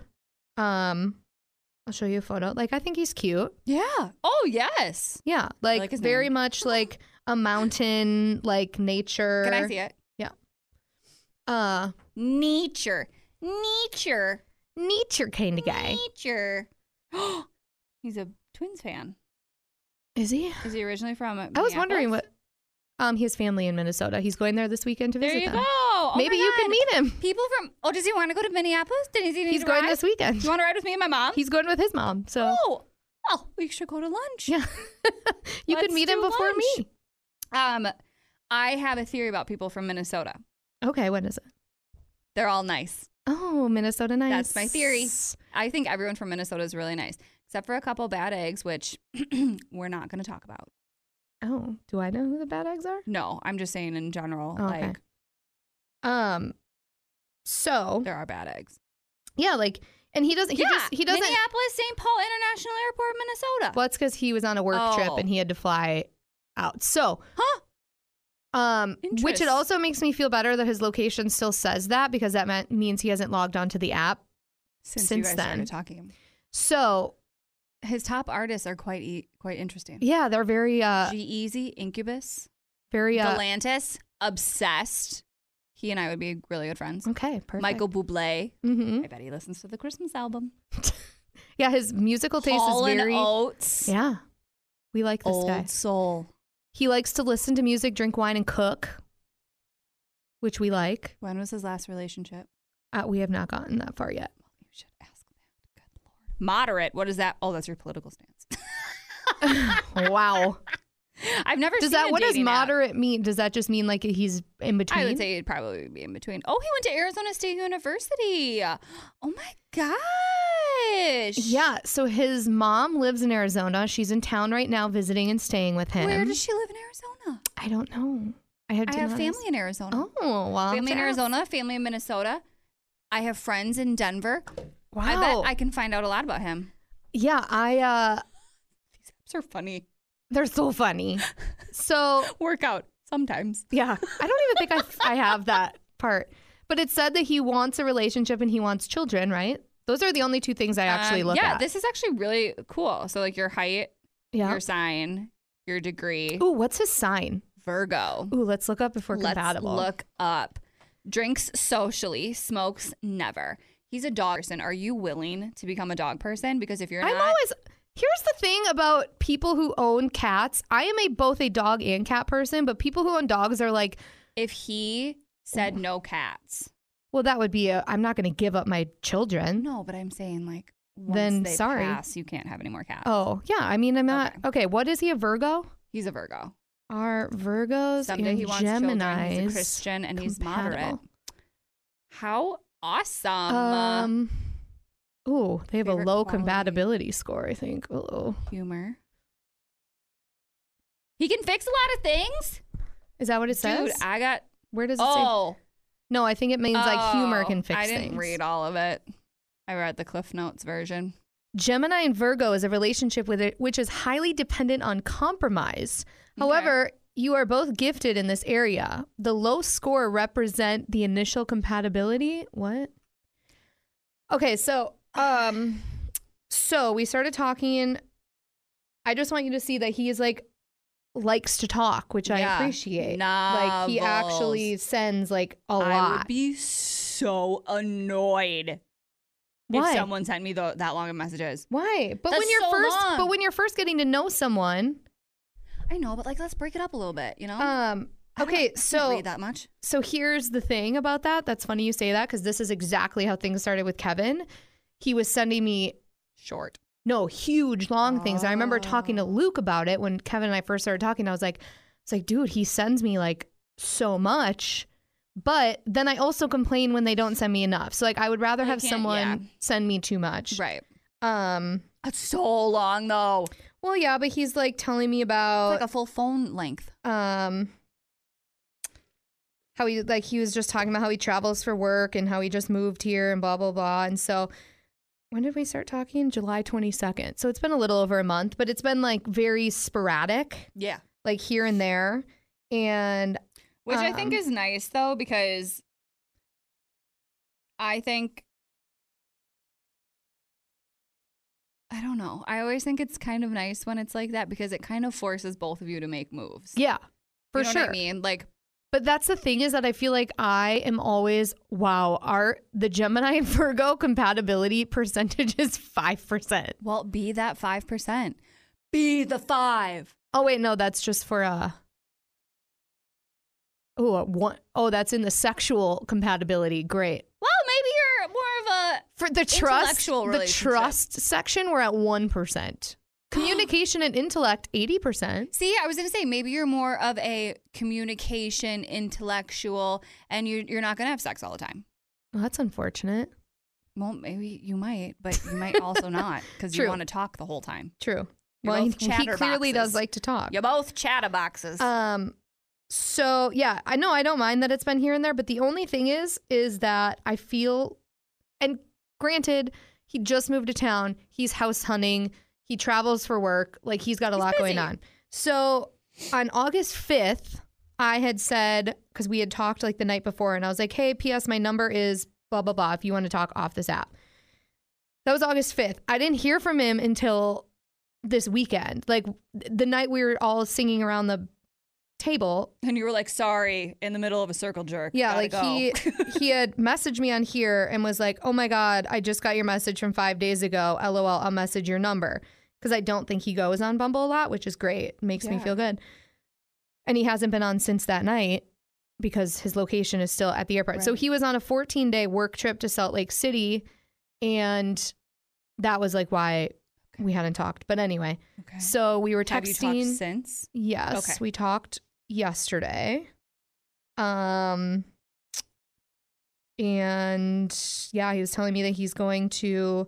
Speaker 3: Um I'll show you a photo. Like I think he's cute.
Speaker 4: Yeah. Oh yes.
Speaker 3: Yeah. Like,
Speaker 4: like his
Speaker 3: very
Speaker 4: name.
Speaker 3: much like a mountain like nature.
Speaker 4: Can I see it?
Speaker 3: Uh
Speaker 4: Nature. Nature.
Speaker 3: nature kind of guy.
Speaker 4: Nature. *gasps* He's a Twins fan.
Speaker 3: Is he?
Speaker 4: Is he originally from?
Speaker 3: I was wondering
Speaker 4: Minneapolis?
Speaker 3: what. Um, he has family in Minnesota. He's going there this weekend to
Speaker 4: There
Speaker 3: visit
Speaker 4: you go.
Speaker 3: them.
Speaker 4: Oh
Speaker 3: Maybe
Speaker 4: my
Speaker 3: you
Speaker 4: God.
Speaker 3: can meet him.
Speaker 4: people from. Oh, does he want to go to Minneapolis? Does he need
Speaker 3: He's
Speaker 4: to
Speaker 3: going
Speaker 4: ride?
Speaker 3: this weekend.
Speaker 4: You want to ride with me and my mom?
Speaker 3: He's going with his mom, so
Speaker 4: Oh, well, we should go to lunch.
Speaker 3: yeah, *laughs* you could
Speaker 4: Let's
Speaker 3: meet
Speaker 4: do
Speaker 3: him before me.
Speaker 4: lunch. Um, I have a theory about people from Minnesota.
Speaker 3: Okay, when is it?
Speaker 4: They're all nice.
Speaker 3: Oh, Minnesota night.
Speaker 4: That's my theory. I think everyone from Minnesota is really nice, except for a couple bad eggs, which *clears throat* we're not going to talk about.
Speaker 3: Oh, do I know who the bad eggs are?
Speaker 4: No, I'm just saying in general,
Speaker 3: Oh, Okay.
Speaker 4: like
Speaker 3: Um, so
Speaker 4: there are bad eggs.
Speaker 3: yeah, like, and he doesn't. He
Speaker 4: yeah,
Speaker 3: just he doesn't.
Speaker 4: Minneapolis St. Paul International Airport, Minnesota.
Speaker 3: Well, it's because he was on a work trip
Speaker 4: Oh.
Speaker 3: and he had to fly out. So
Speaker 4: Huh?
Speaker 3: Um, which it
Speaker 4: Interest.
Speaker 3: also makes me feel better that his location still says that because that meant, means he hasn't logged onto the app.
Speaker 4: Since, you
Speaker 3: since
Speaker 4: guys
Speaker 3: then.
Speaker 4: started talking,
Speaker 3: So
Speaker 4: his top artists are quite e- quite interesting.
Speaker 3: yeah, they're very, uh,
Speaker 4: G Easy, Incubus,
Speaker 3: very, uh,
Speaker 4: Galantis, obsessed. He and I would be really good friends.
Speaker 3: okay, Mm, perfect.
Speaker 4: Michael Bublé.
Speaker 3: hmm
Speaker 4: I bet he listens to the Christmas album.
Speaker 3: yeah, his musical taste
Speaker 4: Hall
Speaker 3: is
Speaker 4: and
Speaker 3: very,
Speaker 4: Oates.
Speaker 3: yeah, we like this
Speaker 4: Old
Speaker 3: guy.
Speaker 4: soul.
Speaker 3: He likes to listen to music, drink wine, and cook, which we like.
Speaker 4: When was his last relationship?
Speaker 3: Uh, we have not gotten that far
Speaker 4: *laughs*
Speaker 3: yet.
Speaker 4: Well, you should ask that. Good lord. Moderate. What is that? Oh, that's your political stance. *laughs*
Speaker 3: wow.
Speaker 4: I've never.
Speaker 3: Does
Speaker 4: seen
Speaker 3: that
Speaker 4: a
Speaker 3: what does
Speaker 4: dating app.
Speaker 3: moderate mean? Does that just mean like he's in between?
Speaker 4: I would say it'd probably be in between. Oh, he went to Arizona State University. Oh my gosh.
Speaker 3: Yeah. So his mom lives in Arizona. She's in town right now visiting and staying with him.
Speaker 4: Where does she live in Arizona?
Speaker 3: I don't know. I have,
Speaker 4: I
Speaker 3: to
Speaker 4: have
Speaker 3: not
Speaker 4: family in Arizona.
Speaker 3: ask- Oh, wow.
Speaker 4: family in Arizona, family in Minnesota. I have friends in Denver.
Speaker 3: Wow.
Speaker 4: I bet I can find out a lot about him.
Speaker 3: yeah, I uh
Speaker 4: These apps are funny.
Speaker 3: they're so
Speaker 4: *laughs*
Speaker 3: funny. So,
Speaker 4: Work out sometimes.
Speaker 3: yeah, I don't even think I I have that part. But it said that he wants a relationship and he wants children, right? Those are the only two things I actually
Speaker 4: Um,
Speaker 3: look
Speaker 4: yeah,
Speaker 3: at.
Speaker 4: this is actually really cool. So like your height,
Speaker 3: yeah.
Speaker 4: your sign, your degree,
Speaker 3: Ooh, what's his sign?
Speaker 4: Virgo.
Speaker 3: Ooh, let's look up if we're
Speaker 4: Let's
Speaker 3: compatible.
Speaker 4: look up. Drinks socially, smokes never. He's a dog person. Are you willing to become a dog person? Because if you're
Speaker 3: I'm
Speaker 4: not,
Speaker 3: always. Here's the thing about people who own cats. I am a both a dog and cat person, but people who own dogs are like,
Speaker 4: if he said no cats,
Speaker 3: well, that would be a. I'm not going to give up my children.
Speaker 4: no. But I'm saying like once
Speaker 3: Then
Speaker 4: they
Speaker 3: sorry.
Speaker 4: pass, you can't have any more cats.
Speaker 3: Oh yeah, I mean I'm not. Okay, what is he a Virgo?
Speaker 4: He's a Virgo.
Speaker 3: Are Virgos
Speaker 4: Someday
Speaker 3: and
Speaker 4: he wants
Speaker 3: Gemini's
Speaker 4: children. He's a Christian and he's moderate.
Speaker 3: compatible?
Speaker 4: How awesome! Uh,
Speaker 3: Um. Ooh, they have a
Speaker 4: favorite
Speaker 3: low
Speaker 4: quality.
Speaker 3: compatibility score. I think. Oh,
Speaker 4: humor. He can fix a lot of things.
Speaker 3: is that what it says?
Speaker 4: Dude, I got.
Speaker 3: Where does it say?
Speaker 4: Oh,
Speaker 3: No, I think it means like humor
Speaker 4: Oh,
Speaker 3: can fix
Speaker 4: I didn't
Speaker 3: things.
Speaker 4: read all of it. I read the Cliff Notes version.
Speaker 3: Gemini and Virgo is a relationship with it, which is highly dependent on compromise. However, you are both gifted in this area. The low score represent the initial compatibility. What? Okay, so um so we started talking I just want you to see that he is like likes to talk, which I
Speaker 4: Yeah.
Speaker 3: appreciate. Like he actually sends like a
Speaker 4: I would
Speaker 3: lot.
Speaker 4: be so annoyed
Speaker 3: Why?
Speaker 4: if someone sent me tho- that long of messages.
Speaker 3: Why? But when
Speaker 4: That's
Speaker 3: you're
Speaker 4: so
Speaker 3: first,
Speaker 4: long.
Speaker 3: but when you're first getting to know someone,
Speaker 4: I know, but like, let's break it up a little bit. You know?
Speaker 3: um,
Speaker 4: I don't- I
Speaker 3: okay,
Speaker 4: can't
Speaker 3: so
Speaker 4: read that much.
Speaker 3: so here's the thing about that. That's funny you say that because this is exactly how things started with Kevin. He was sending me
Speaker 4: Short.
Speaker 3: no huge long things. I remember talking
Speaker 4: Oh.
Speaker 3: to Luke about it when Kevin and I first started talking. I was like, it's like, dude, he sends me like so much. But then I also complain when they don't send me enough. So like I would rather
Speaker 4: I
Speaker 3: have
Speaker 4: can't-
Speaker 3: someone
Speaker 4: yeah.
Speaker 3: send me too much.
Speaker 4: Right.
Speaker 3: Um
Speaker 4: That's so long though. It's
Speaker 3: well yeah, but he's like telling me about
Speaker 4: like a full phone length.
Speaker 3: um how he like he was just talking about how he travels for work and how he just moved here and blah blah blah and so when did we start talking july 22nd so it's been a little over a month but it's been like very sporadic
Speaker 4: Yeah.
Speaker 3: like here and there and
Speaker 4: Which I think
Speaker 3: Um,
Speaker 4: is nice though, because I think I don't know. I always think it's kind of nice when it's like that because it kind of forces both of you to make moves.
Speaker 3: yeah for
Speaker 4: you know
Speaker 3: sure
Speaker 4: What I mean, like
Speaker 3: But that's the thing is that I feel like I am always wow. Our the Gemini and *laughs* Virgo compatibility percentage is five percent.
Speaker 4: Well, be that five percent. Be the five.
Speaker 3: Oh wait, no, that's just for uh Oh, a one oh, that's in the sexual compatibility. Great.
Speaker 4: Well, maybe you're more of a
Speaker 3: For the trust,
Speaker 4: Intellectual
Speaker 3: the
Speaker 4: relationship.
Speaker 3: trust section, we're at one
Speaker 4: *gasps*
Speaker 3: percent. Communication and intellect, eighty percent.
Speaker 4: see. I was gonna say maybe you're more of a communication intellectual, and you're you're not gonna have sex all the time.
Speaker 3: Well, that's unfortunate.
Speaker 4: Well, maybe you might, but you might *laughs* also not because you
Speaker 3: True.
Speaker 4: want to talk the whole time.
Speaker 3: True.
Speaker 4: You're
Speaker 3: well, he,
Speaker 4: both
Speaker 3: he clearly does
Speaker 4: chatterboxes.
Speaker 3: like to talk.
Speaker 4: You're both chatterboxes.
Speaker 3: Um so yeah, I know I don't mind that it's been here and there, but the only thing is is that I feel and granted, he just moved to town. He's house hunting. He travels for work. Like he's got a lot going
Speaker 4: busy.
Speaker 3: on. So on August 5th, I had said cuz we had talked like the night before and I was like, "Hey, PS, my number is blah blah blah if you want to talk off this app." That was August 5th. I didn't hear from him until this weekend. Like th- the night we were all singing around the table.
Speaker 4: and you were like, sorry, in the middle of a circle jerk.
Speaker 3: Yeah,
Speaker 4: Gotta
Speaker 3: like
Speaker 4: go. *laughs*
Speaker 3: he he had messaged me on here and was like, "Oh my god, I just got your message from 5 days ago. LOL, I'll message your number." Cuz I don't think he goes on Bumble a lot, which is great. Makes me
Speaker 4: Yeah.
Speaker 3: feel good. And he hasn't been on since that night because his location is still at the airport. So
Speaker 4: Right.
Speaker 3: he was on a 14-day work trip to Salt Lake City and that was like why we hadn't talked. But anyway,
Speaker 4: Okay.
Speaker 3: so we were texting
Speaker 4: have you talked since?
Speaker 3: Yes,
Speaker 4: Okay.
Speaker 3: we talked yesterday. Um and yeah, he was telling me that he's going to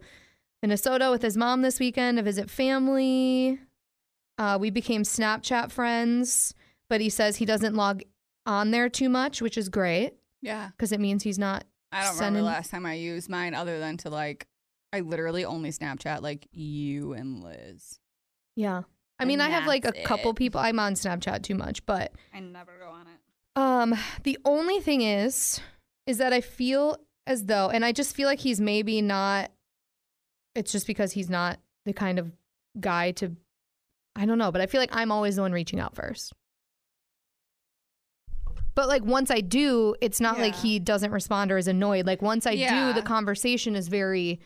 Speaker 3: Minnesota with his mom this weekend to visit family. Uh, we became Snapchat friends, but he says he doesn't log on there too much, which is great
Speaker 4: Yeah.
Speaker 3: because it means he's not.
Speaker 4: I don't
Speaker 3: Sending-
Speaker 4: remember last time I used mine other than to like, I literally only Snapchat like you and Liz.
Speaker 3: Yeah. I mean,
Speaker 4: And
Speaker 3: I have like a
Speaker 4: that's
Speaker 3: couple
Speaker 4: it.
Speaker 3: people. I'm on Snapchat too much, but
Speaker 4: I never go on it.
Speaker 3: Um, the only thing is, is that I feel as though, and I just feel like he's maybe not. It's just because he's not the kind of guy to. I don't know, but I feel like I'm always the one reaching out first. But like once I do, it's not like
Speaker 4: Yeah.
Speaker 3: he doesn't respond or is annoyed. Like once I
Speaker 4: Yeah.
Speaker 3: do, the conversation is very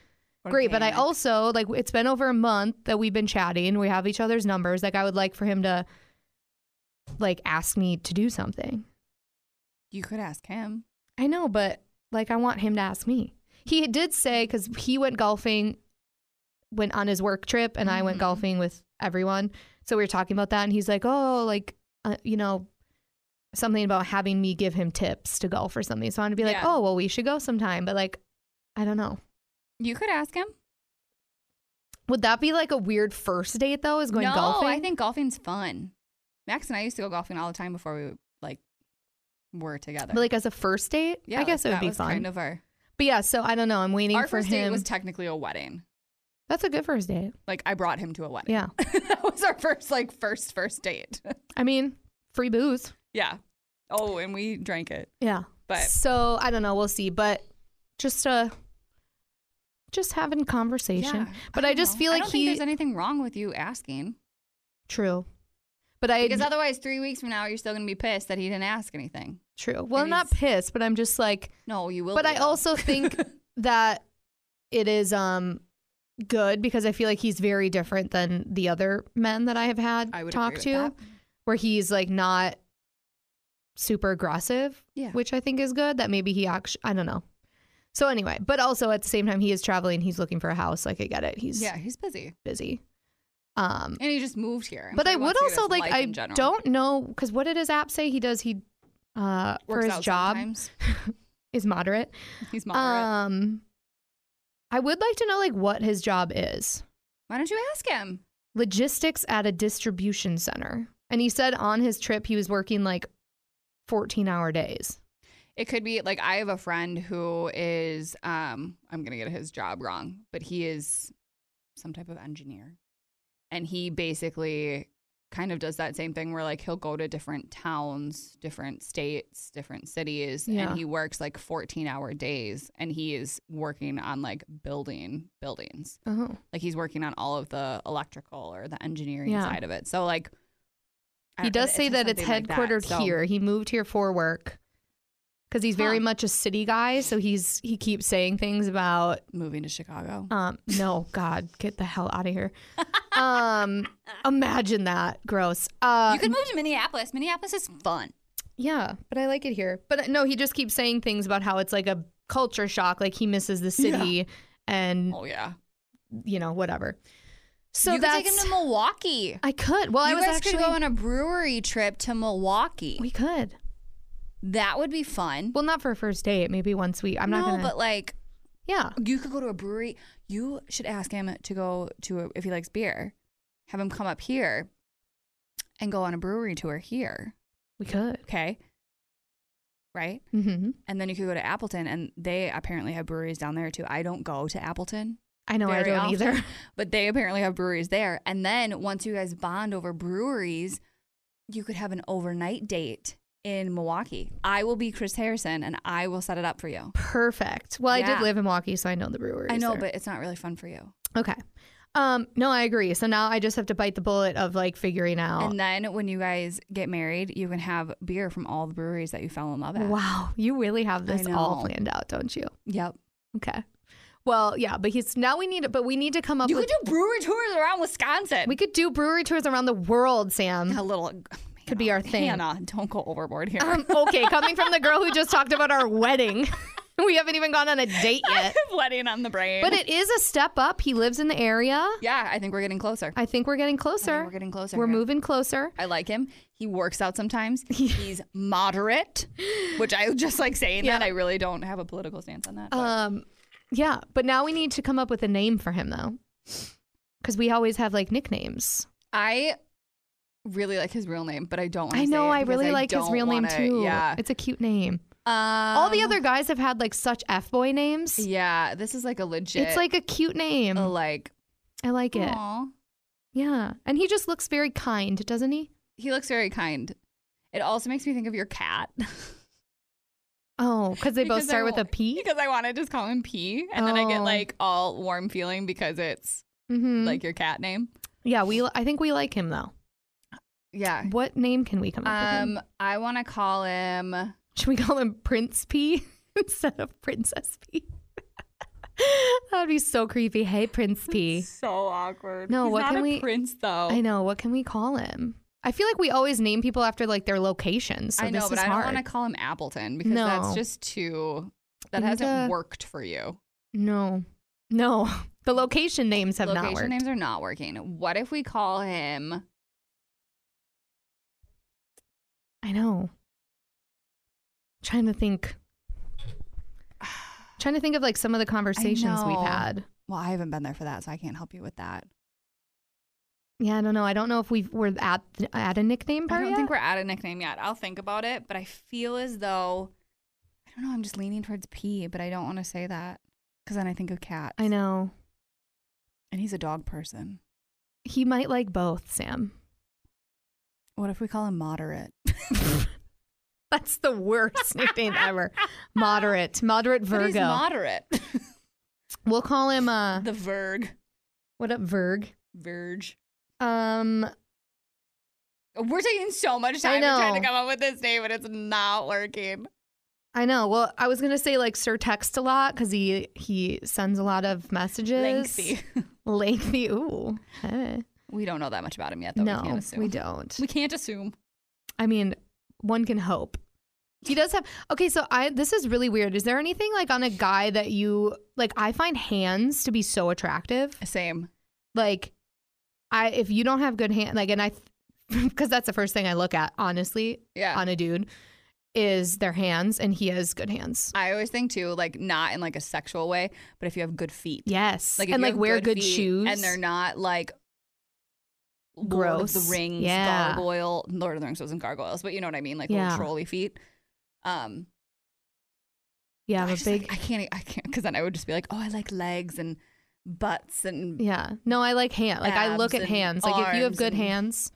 Speaker 3: great. But I also like it's been over a month that we've been chatting. We have each other's numbers. Like I would like for him to like ask me to do something.
Speaker 4: You could ask him.
Speaker 3: I know, but like I want him to ask me. He did say because he went golfing, went on his work trip, and I went
Speaker 4: Mhm.
Speaker 3: golfing with everyone. So we were talking about that, and he's like, "Oh, like uh, you know, something about having me give him tips to golf or something." So I'm gonna be like,
Speaker 4: Yeah.
Speaker 3: "Oh, well, we should go sometime," but like, I don't know.
Speaker 4: You could ask him.
Speaker 3: Would that be like a weird first date though? Is going
Speaker 4: no,
Speaker 3: golfing?
Speaker 4: I think golfing's fun. Max and I used to go golfing all the time before we like were together.
Speaker 3: but like as a first date,
Speaker 4: yeah,
Speaker 3: I guess
Speaker 4: like,
Speaker 3: it would
Speaker 4: that
Speaker 3: be
Speaker 4: was
Speaker 3: fun.
Speaker 4: Kind of our
Speaker 3: but yeah, so I don't know. I'm waiting
Speaker 4: our
Speaker 3: for
Speaker 4: first date
Speaker 3: him.
Speaker 4: was technically a wedding.
Speaker 3: That's a good first date.
Speaker 4: Like I brought him to a wedding.
Speaker 3: Yeah,
Speaker 4: *laughs* that was our first like first first date. *laughs*
Speaker 3: I mean, free booze.
Speaker 4: yeah. Oh, and we drank it.
Speaker 3: Yeah.
Speaker 4: But
Speaker 3: so I don't know. We'll see. But just uh, just having conversation.
Speaker 4: Yeah,
Speaker 3: but I,
Speaker 4: don't
Speaker 3: just
Speaker 4: know.
Speaker 3: feel
Speaker 4: I
Speaker 3: like
Speaker 4: don't think
Speaker 3: he.
Speaker 4: there's anything wrong with you asking.
Speaker 3: True. But I
Speaker 4: Because otherwise, three weeks from now, you're still gonna be pissed that he didn't ask anything.
Speaker 3: true. Well, I'm
Speaker 4: and
Speaker 3: not
Speaker 4: he's-
Speaker 3: pissed, but I'm just like
Speaker 4: No, you will.
Speaker 3: but
Speaker 4: be,
Speaker 3: I
Speaker 4: though.
Speaker 3: also think that it is um good because I feel like he's very different than the other men that I have had
Speaker 4: *laughs* I would
Speaker 3: talk
Speaker 4: agree
Speaker 3: to
Speaker 4: with that.
Speaker 3: where he's like not super aggressive,
Speaker 4: Yeah.
Speaker 3: which I think is good. That maybe he actually, I don't know. So anyway, but also at the same time, he is traveling. He's looking for a house. Like I get it. He's
Speaker 4: Yeah, he's busy,
Speaker 3: busy. Um,
Speaker 4: and he just moved here. I'm
Speaker 3: but
Speaker 4: sure
Speaker 3: I
Speaker 4: he
Speaker 3: would
Speaker 4: wants to get
Speaker 3: also
Speaker 4: his
Speaker 3: like
Speaker 4: life
Speaker 3: I
Speaker 4: in general.
Speaker 3: don't know because what did his app say he does? He uh, for
Speaker 4: Works
Speaker 3: his
Speaker 4: out
Speaker 3: job
Speaker 4: sometimes. *laughs*
Speaker 3: is moderate.
Speaker 4: He's moderate.
Speaker 3: Um, I would like to know like what his job is.
Speaker 4: Why don't you ask him?
Speaker 3: logistics at a distribution center. And he said on his trip he was working like 14 hour days.
Speaker 4: It could be like I have a friend who is um I'm going to get his job wrong, but he is some type of engineer. And he basically kind of does that same thing where like he'll go to different towns, different states, different cities
Speaker 3: Yeah.
Speaker 4: and he works like 14-hour days and he is working on like building buildings.
Speaker 3: Oh.
Speaker 4: Like he's working on all of the electrical or the engineering
Speaker 3: Yeah.
Speaker 4: side of it. So like I
Speaker 3: He
Speaker 4: don't-
Speaker 3: does say that it's
Speaker 4: something like
Speaker 3: headquartered
Speaker 4: so-
Speaker 3: here. He moved here for work because he's very
Speaker 4: Huh.
Speaker 3: much a city guy. So he's he keeps saying things about
Speaker 4: Moving to Chicago.
Speaker 3: um no God get the hell out of
Speaker 4: *laughs*
Speaker 3: here. Um imagine that gross. Uh
Speaker 4: you could move to Minneapolis. Minneapolis is fun.
Speaker 3: yeah, but I like it here. But uh, no, he just keeps saying things about how it's like a culture shock, like he misses the city and
Speaker 4: Oh yeah.
Speaker 3: you know whatever. So
Speaker 4: you could
Speaker 3: that's
Speaker 4: take him to Milwaukee.
Speaker 3: I could. Well, I
Speaker 4: you
Speaker 3: was
Speaker 4: guys
Speaker 3: actually
Speaker 4: could go on a brewery trip to Milwaukee.
Speaker 3: we could.
Speaker 4: that would be fun.
Speaker 3: Well, not for a first date. Maybe once we. I'm
Speaker 4: no,
Speaker 3: not gonna.
Speaker 4: but like
Speaker 3: yeah,
Speaker 4: you could go to a brewery. You should ask him to go to a, if he likes beer. Have him come up here and go on a brewery tour here.
Speaker 3: we could.
Speaker 4: Okay. Right?
Speaker 3: hmm
Speaker 4: And then you could go to Appleton and they apparently have breweries down there too. I don't go to Appleton.
Speaker 3: I know I
Speaker 4: very
Speaker 3: don't
Speaker 4: often, *laughs*
Speaker 3: either.
Speaker 4: But they apparently have breweries there. And then once you guys bond over breweries, you could have an overnight date in Milwaukee. I will be Chris Harrison and I will set it up for you.
Speaker 3: *laughs* Perfect. Well, I
Speaker 4: Yeah.
Speaker 3: did live in Milwaukee, so I know the brewery.
Speaker 4: I know, but it's not really fun for you.
Speaker 3: but okay. Um, no, I agree. So now I just have to bite the bullet of like figuring out.
Speaker 4: And then when you guys get married, you can have beer from all the breweries that you fell in love at.
Speaker 3: wow, you really have
Speaker 4: I
Speaker 3: this all
Speaker 4: know.
Speaker 3: planned out, don't you?
Speaker 4: Yep.
Speaker 3: Okay. Well, yeah, but he's now we need. But we need to come up
Speaker 4: You
Speaker 3: with.
Speaker 4: could do brewery tours around Wisconsin.
Speaker 3: we could do brewery tours around the world, Sam.
Speaker 4: a little
Speaker 3: Could be our
Speaker 4: Hannah,
Speaker 3: thing.
Speaker 4: Hannah, don't go overboard here.
Speaker 3: Um, okay, coming from the girl who just talked about our wedding, *laughs* we haven't even gone on a date yet.
Speaker 4: *laughs* Wedding on the brain.
Speaker 3: But it is a step up. He lives in the area.
Speaker 4: yeah, I think we're getting closer.
Speaker 3: I think we're getting
Speaker 4: I think
Speaker 3: closer.
Speaker 4: we're getting closer.
Speaker 3: We're
Speaker 4: here.
Speaker 3: moving closer.
Speaker 4: I like him. He works
Speaker 3: *laughs*
Speaker 4: out sometimes. He's moderate, which I just like saying that. I really don't have a political stance on that. but-
Speaker 3: Um, yeah, but now we need to come up with a name for him though, because we always have like nicknames.
Speaker 4: I really like his real name, but I don't. wanna
Speaker 3: I
Speaker 4: say
Speaker 3: know.
Speaker 4: it
Speaker 3: I
Speaker 4: because
Speaker 3: really like his
Speaker 4: don't
Speaker 3: real
Speaker 4: wanna-
Speaker 3: name too.
Speaker 4: Yeah.
Speaker 3: it's a cute name.
Speaker 4: Um,
Speaker 3: All the other guys have had like such f boy names.
Speaker 4: Yeah, this is like a legit.
Speaker 3: It's like a cute name.
Speaker 4: a, like.
Speaker 3: I like it.
Speaker 4: aw.
Speaker 3: Yeah, and he just looks very kind, doesn't he?
Speaker 4: He looks very kind. It also makes me think of your cat. *laughs*
Speaker 3: Oh, because they both
Speaker 4: Because I
Speaker 3: start with a
Speaker 4: won't-
Speaker 3: P.
Speaker 4: because I want to just call him P, and then I get
Speaker 3: Oh.
Speaker 4: like all warm feeling because it's
Speaker 3: Mhm.
Speaker 4: like your cat name.
Speaker 3: Yeah, we. I think we like him though.
Speaker 4: Yeah.
Speaker 3: What name can we come up with? him?
Speaker 4: Um, I want to call him.
Speaker 3: Should we call him Prince P *laughs* instead of Princess P? *laughs* that would be so creepy. Hey, Prince P.
Speaker 4: So awkward.
Speaker 3: No,
Speaker 4: He's
Speaker 3: what
Speaker 4: not
Speaker 3: can
Speaker 4: a
Speaker 3: we-
Speaker 4: Prince though.
Speaker 3: I know. What can we call him? I feel like we always name people after like their location. So
Speaker 4: I know,
Speaker 3: this
Speaker 4: but
Speaker 3: is
Speaker 4: I don't
Speaker 3: hard.
Speaker 4: want to call him Appleton because
Speaker 3: No.
Speaker 4: that's just too. That
Speaker 3: We need
Speaker 4: hasn't
Speaker 3: to-
Speaker 4: worked for you.
Speaker 3: No, no. *laughs* The location names have
Speaker 4: Location
Speaker 3: not worked.
Speaker 4: names are not working. What if we call him?
Speaker 3: I know. Trying to
Speaker 4: *sighs*
Speaker 3: think. Trying to think of like some of the conversations we've
Speaker 4: know.
Speaker 3: had.
Speaker 4: Well, I haven't been there for that, so I can't help you with that.
Speaker 3: Yeah, I don't know. I don't know if we've we're at at a nickname
Speaker 4: I
Speaker 3: part
Speaker 4: don't
Speaker 3: yet.
Speaker 4: think we're at a nickname yet. I'll think about it, but I feel as though I don't know. I'm just leaning towards P, but I don't want to say that because then I think of cat.
Speaker 3: I know.
Speaker 4: and he's a dog person.
Speaker 3: He might like both, Sam.
Speaker 4: What if we call him moderate? *laughs*
Speaker 3: *laughs* That's the worst *laughs* nickname ever. Moderate, moderate
Speaker 4: But
Speaker 3: Virgo.
Speaker 4: he's moderate. *laughs*
Speaker 3: we'll call him uh
Speaker 4: the Virg.
Speaker 3: what up Virg.
Speaker 4: Verge.
Speaker 3: Um
Speaker 4: We're taking so much
Speaker 3: I
Speaker 4: time to try to
Speaker 3: know.
Speaker 4: come up with this name, and it's not working.
Speaker 3: I know. Well, I was gonna say like Sir texts a lot because he he sends a lot of messages.
Speaker 4: Lengthy.
Speaker 3: *laughs*
Speaker 4: *laughs*
Speaker 3: lengthy. Ooh, hey.
Speaker 4: We don't know that much about him yet, though.
Speaker 3: no,
Speaker 4: we, can't assume.
Speaker 3: we don't.
Speaker 4: We can't assume.
Speaker 3: I mean, one can hope. He does have okay. So I this is really weird. Is there anything like on a guy that you like? I find hands to be so attractive.
Speaker 4: Same.
Speaker 3: Like, I if you don't have good hand, like, and I *laughs* because that's the first thing I look at honestly
Speaker 4: Yeah.
Speaker 3: on a dude is their hands, and he has good hands.
Speaker 4: I always think too, like not in like a sexual way, but if you have good feet,
Speaker 3: Yes,
Speaker 4: like if
Speaker 3: and
Speaker 4: you
Speaker 3: like
Speaker 4: have
Speaker 3: wear good,
Speaker 4: feet
Speaker 3: shoes
Speaker 4: and they're not like Lord of
Speaker 3: Gross.
Speaker 4: the Rings,
Speaker 3: Yeah.
Speaker 4: gargoyle. Lord of the Rings wasn't gargoyles, but you know what I mean, like
Speaker 3: Yeah.
Speaker 4: little trolley feet. Um,
Speaker 3: Yeah, *laughs*
Speaker 4: I
Speaker 3: I'm a
Speaker 4: just, like,
Speaker 3: big.
Speaker 4: I can't. I can't because then I would just be like, oh, I like legs and butts and
Speaker 3: yeah, no, I like hand. Like I look
Speaker 4: Abs
Speaker 3: at
Speaker 4: and
Speaker 3: hands. Like if you have
Speaker 4: arms
Speaker 3: good
Speaker 4: and
Speaker 3: hands,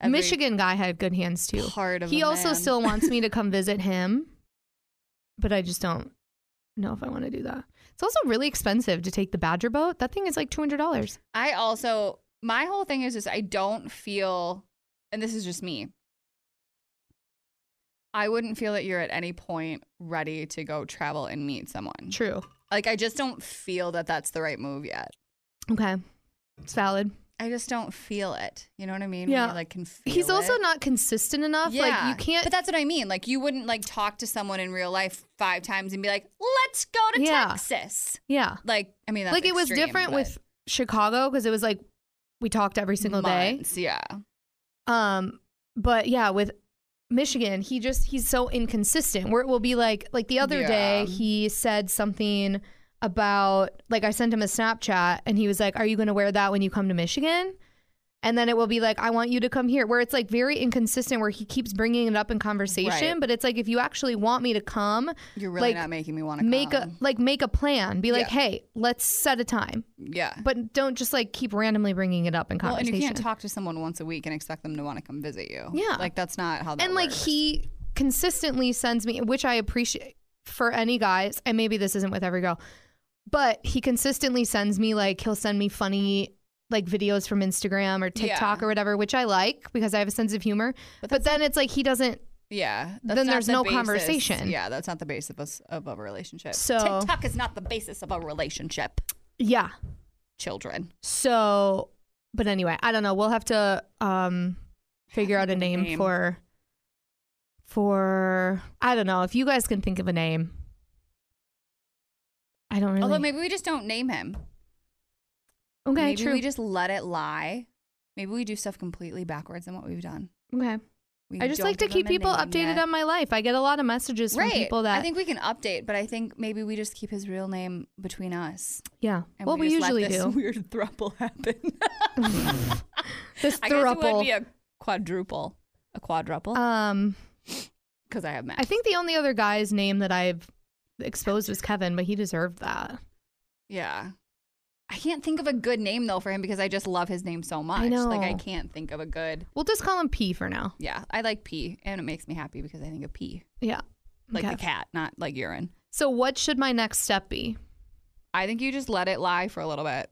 Speaker 4: every
Speaker 3: Michigan guy had good hands too.
Speaker 4: part of.
Speaker 3: He
Speaker 4: a
Speaker 3: also
Speaker 4: man.
Speaker 3: still wants *laughs* me to come visit him, but I just don't know if I want to do that. It's also really expensive to take the Badger boat. That thing is like two hundred dollars.
Speaker 4: I also my whole thing is just I don't feel and this is just me. I wouldn't feel that you're at any point ready to go travel and meet someone.
Speaker 3: True.
Speaker 4: Like I just don't feel that that's the right move yet.
Speaker 3: Okay, it's valid.
Speaker 4: I just don't feel it. You know what I mean? When
Speaker 3: Yeah.
Speaker 4: you, like can
Speaker 3: He's
Speaker 4: feel
Speaker 3: also
Speaker 4: it.
Speaker 3: not consistent enough.
Speaker 4: Yeah.
Speaker 3: Like you can't.
Speaker 4: But that's what I mean. Like you wouldn't like talk to someone in real life five times and be like, "Let's go to
Speaker 3: Yeah.
Speaker 4: Texas."
Speaker 3: yeah,
Speaker 4: Like I mean, that's
Speaker 3: like it was
Speaker 4: extreme,
Speaker 3: different
Speaker 4: but
Speaker 3: with Chicago because it was like we talked every single day.
Speaker 4: months, Yeah.
Speaker 3: Um, but yeah, with Michigan, he just he's so inconsistent. Where it will be like like the other day,
Speaker 4: Yeah.
Speaker 3: he said something about like I sent him a Snapchat and he was like, "Are you going to wear that when you come to Michigan?" And then it will be like, "I want you to come here." Where it's like very inconsistent. Where he keeps bringing it up in conversation,
Speaker 4: Right.
Speaker 3: but it's like if you actually want me to come,
Speaker 4: You're really
Speaker 3: Like,
Speaker 4: not making me want to
Speaker 3: make a like make a plan. Be like,
Speaker 4: um, Yeah.
Speaker 3: "Hey, let's set a time,"
Speaker 4: yeah.
Speaker 3: but don't just like keep randomly bringing it up in
Speaker 4: Well, and
Speaker 3: conversation.
Speaker 4: you can't talk to someone once a week and expect them to want to come visit you.
Speaker 3: Yeah.
Speaker 4: like that's not how. That
Speaker 3: and like
Speaker 4: works.
Speaker 3: he consistently sends me which i appreciate for any guys and maybe this isn't with every girl but he consistently sends me like he'll send me funny like videos from instagram or tiktok
Speaker 4: Yeah.
Speaker 3: or whatever which i like because i have a sense of humor but, then it's like he doesn't
Speaker 4: yeah.
Speaker 3: then
Speaker 4: not
Speaker 3: there's
Speaker 4: the
Speaker 3: no
Speaker 4: basis-
Speaker 3: conversation.
Speaker 4: Yeah, that's not the basis of us of a relationship.
Speaker 3: So-
Speaker 4: TikTok is not the basis of a relationship.
Speaker 3: yeah
Speaker 4: Children,
Speaker 3: so but anyway i don't know we'll have to um figure out a name,
Speaker 4: name.
Speaker 3: for for i don't know if you guys can think of a name i don't really
Speaker 4: although maybe we just don't name him.
Speaker 3: okay
Speaker 4: maybe
Speaker 3: true
Speaker 4: we just let it lie. Maybe we do stuff completely backwards than what we've done.
Speaker 3: Okay.
Speaker 4: We
Speaker 3: I just
Speaker 4: don't
Speaker 3: like to
Speaker 4: give him
Speaker 3: keep
Speaker 4: a
Speaker 3: people
Speaker 4: name
Speaker 3: updated
Speaker 4: yet.
Speaker 3: on my life. I get a lot of messages from
Speaker 4: right.
Speaker 3: people that
Speaker 4: I think we can update, but I think maybe we just keep his real name between us.
Speaker 3: yeah.
Speaker 4: And
Speaker 3: well, we,
Speaker 4: just
Speaker 3: usually
Speaker 4: let this
Speaker 3: do.
Speaker 4: *laughs*
Speaker 3: *laughs*
Speaker 4: Weird thruple happen. *laughs*
Speaker 3: This
Speaker 4: I guess it would be
Speaker 3: throuple.
Speaker 4: a quadruple, a quadruple,
Speaker 3: Um,
Speaker 4: because I have Matt.
Speaker 3: I think the only other guy's name that I've exposed was Kevin, but he deserved that.
Speaker 4: yeah, I can't think of a good name though for him because I just love his name so much. Like I
Speaker 3: know.
Speaker 4: can't think of a good.
Speaker 3: We'll just call him P for now.
Speaker 4: Yeah, I like pee, and it makes me happy because I think of pee,
Speaker 3: Yeah.
Speaker 4: like
Speaker 3: Okay.
Speaker 4: the cat, not like urine.
Speaker 3: So, what should my next step be?
Speaker 4: I think you just let it lie for a little bit.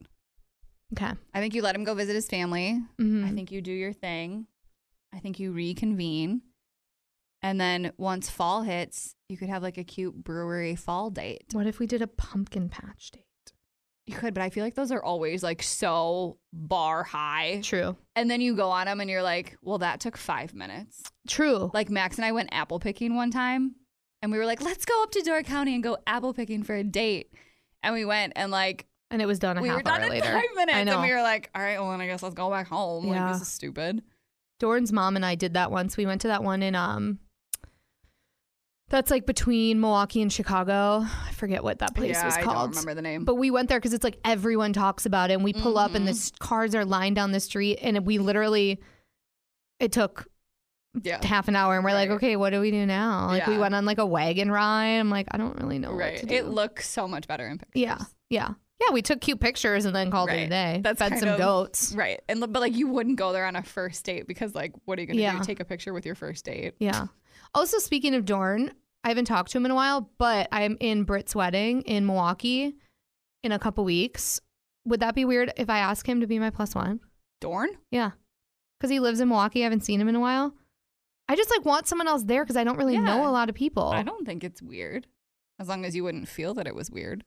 Speaker 3: Okay.
Speaker 4: I think you let him go visit his family.
Speaker 3: hmm
Speaker 4: I think you do your thing. I think you reconvene. And then once fall hits, you could have like a cute brewery fall date.
Speaker 3: What if we did a pumpkin patch date?
Speaker 4: You could, but I feel like those are always like so bar high.
Speaker 3: True.
Speaker 4: And then you go on them and you're like, well, that took five minutes.
Speaker 3: True.
Speaker 4: Like Max and I went apple picking one time and we were like, let's go up to Door County and go apple picking for a date. And we went and like,
Speaker 3: and it was done a
Speaker 4: we
Speaker 3: half
Speaker 4: were done
Speaker 3: hour
Speaker 4: in
Speaker 3: later.
Speaker 4: five minutes.
Speaker 3: I know.
Speaker 4: And we were like, all right, well, then I guess let's go back home. Like,
Speaker 3: Yeah.
Speaker 4: this is stupid.
Speaker 3: Doran's mom and I did that once. We went to that one in um that's like between Milwaukee and Chicago. I forget what that place
Speaker 4: yeah,
Speaker 3: was
Speaker 4: I
Speaker 3: called.
Speaker 4: don't remember the name.
Speaker 3: But we went there because it's like everyone talks about it. And we pull up and the
Speaker 4: Mm-hmm.
Speaker 3: s- cars are lined down the street. And we literally, it took
Speaker 4: yeah.
Speaker 3: half an hour. And we're like,
Speaker 4: Right.
Speaker 3: okay, what do we do now? Like we
Speaker 4: Yeah.
Speaker 3: went on like a wagon ride. I'm like, I don't really know what
Speaker 4: Right.
Speaker 3: to do.
Speaker 4: It looks so much better in pictures.
Speaker 3: yeah. Yeah. Yeah. We took cute pictures and then called it a
Speaker 4: Right.
Speaker 3: day.
Speaker 4: That's
Speaker 3: Fed
Speaker 4: kind
Speaker 3: some
Speaker 4: of-
Speaker 3: goats.
Speaker 4: Right. And but like you wouldn't go there on a first date because like what are you gonna
Speaker 3: Yeah.
Speaker 4: do? Take a picture with your first date.
Speaker 3: Yeah. Also, speaking of Dorn, I haven't talked to him in a while, but I'm in Britt's wedding in Milwaukee in a couple weeks. Would that be weird if I ask him to be my plus one?
Speaker 4: Dorn?
Speaker 3: Yeah. because he lives in Milwaukee. I haven't seen him in a while. I just like want someone else there because I don't really know
Speaker 4: Yeah.
Speaker 3: a lot of people.
Speaker 4: I don't think it's weird, as long as you wouldn't feel that it was weird.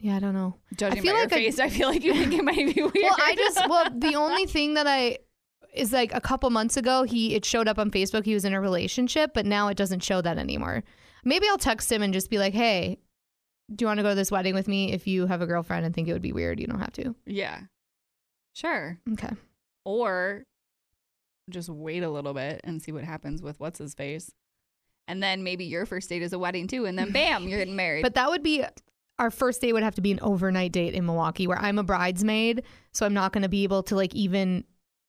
Speaker 3: Yeah, I don't know.
Speaker 4: Judging
Speaker 3: feel
Speaker 4: by
Speaker 3: like
Speaker 4: your
Speaker 3: I-
Speaker 4: face, I feel like you think it might be
Speaker 3: *laughs*
Speaker 4: weird.
Speaker 3: Well,
Speaker 4: *laughs*
Speaker 3: I just well the only thing that I is like a couple months ago he it showed up on Facebook he was in a relationship, but now it doesn't show that anymore. Maybe I'll text him and just be like, "Hey, do you want to go to this wedding with me? If you have a girlfriend and think it would be weird, you don't have to."
Speaker 4: yeah, sure.
Speaker 3: Okay.
Speaker 4: Or just wait a little bit and see what happens with what's his face, and then maybe your first date is a wedding
Speaker 3: *laughs*
Speaker 4: too, and then bam, you're getting married.
Speaker 3: But that would be our first date would have to be an overnight date in Milwaukee where I'm a bridesmaid, so I'm not going to be able to like even,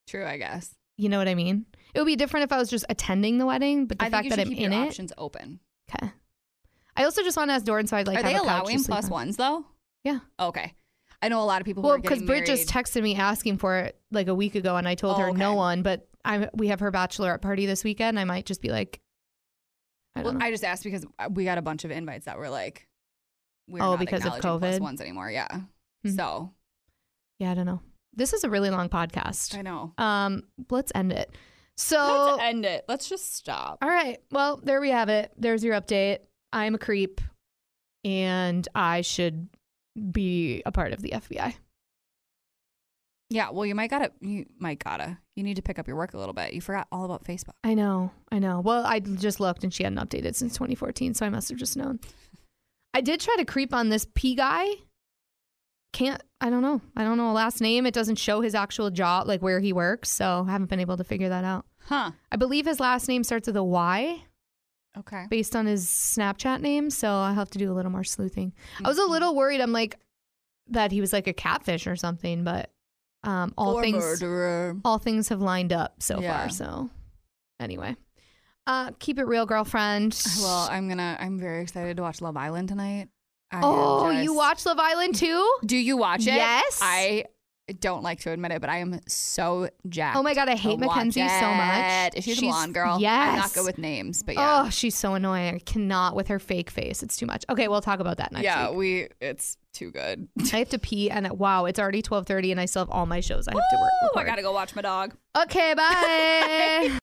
Speaker 4: true, I guess.
Speaker 3: you know what I mean? It would be different if I was just attending the wedding, but the
Speaker 4: I
Speaker 3: fact
Speaker 4: think you
Speaker 3: that
Speaker 4: should
Speaker 3: I'm
Speaker 4: keep
Speaker 3: in
Speaker 4: your
Speaker 3: it.
Speaker 4: options open.
Speaker 3: Okay. I also just want to ask Doran so I'd like
Speaker 4: Are
Speaker 3: have
Speaker 4: they
Speaker 3: a couch to
Speaker 4: allowing
Speaker 3: sleep
Speaker 4: plus
Speaker 3: on.
Speaker 4: ones though?
Speaker 3: Yeah.
Speaker 4: Okay. I know a lot of people.
Speaker 3: Well,
Speaker 4: who are
Speaker 3: because
Speaker 4: getting
Speaker 3: Britt just
Speaker 4: married-
Speaker 3: texted me asking for it like a week ago, and I told
Speaker 4: Oh,
Speaker 3: her no
Speaker 4: okay.
Speaker 3: one. But I we have her bachelorette party this weekend. I might just be like, I don't
Speaker 4: well,
Speaker 3: know.
Speaker 4: I just asked because uh, we got a bunch of invites that were like, we're
Speaker 3: Oh,
Speaker 4: not
Speaker 3: because of
Speaker 4: acknowledging plus
Speaker 3: COVID?
Speaker 4: ones anymore. Yeah.
Speaker 3: Hmm.
Speaker 4: So
Speaker 3: yeah, I don't know. This is a really long podcast.
Speaker 4: I know.
Speaker 3: Um, let's end it.
Speaker 4: Let's
Speaker 3: So,
Speaker 4: end it. Let's just stop.
Speaker 3: all right. Well, there we have it. There's your update. I'm a creep, and I should be a part of the FBI.
Speaker 4: Yeah. Well, you might gotta. You might gotta. You need to pick up your work a little bit. You forgot all about Facebook.
Speaker 3: I know, I know. Well, I just looked and she hadn't updated since 2014, so I must have just known. I did try to creep on this P guy. Can't, I don't know. I don't know a last name. It doesn't show his actual job, like where he works, so I haven't been able to figure that out.
Speaker 4: Huh.
Speaker 3: I believe his last name starts with a Y
Speaker 4: Okay.
Speaker 3: based on his Snapchat name, so I'll have to do a little more sleuthing. I was a little worried. I'm like, that he was like a catfish or something, but um, all
Speaker 4: Or
Speaker 3: things
Speaker 4: murderer.
Speaker 3: all things have lined up so
Speaker 4: Yeah.
Speaker 3: far. So, anyway, uh, keep it real, girlfriend.
Speaker 4: *sighs* Well, I'm gonna. I'm very excited to watch Love Island tonight. I am
Speaker 3: oh, you
Speaker 4: just-
Speaker 3: watch Love Island too?
Speaker 4: Do you watch it?
Speaker 3: Yes.
Speaker 4: I don't like to admit it, but I am so jacked.
Speaker 3: Oh my god, I
Speaker 4: to
Speaker 3: hate
Speaker 4: watch
Speaker 3: Mackenzie so much.
Speaker 4: it. She's, a blonde girl.
Speaker 3: Yes.
Speaker 4: I'm not good with names, but *laughs* yeah.
Speaker 3: Oh, she's so annoying. I cannot with her fake face. It's too much. Okay, we'll talk about that next
Speaker 4: yeah,
Speaker 3: week.
Speaker 4: we. It's too good.
Speaker 3: I have to pee, and wow, it's already twelve thirty, and I still have all my shows I have to work.
Speaker 4: Oh, I
Speaker 3: record.
Speaker 4: gotta go watch my dog. *laughs*
Speaker 3: Okay, bye.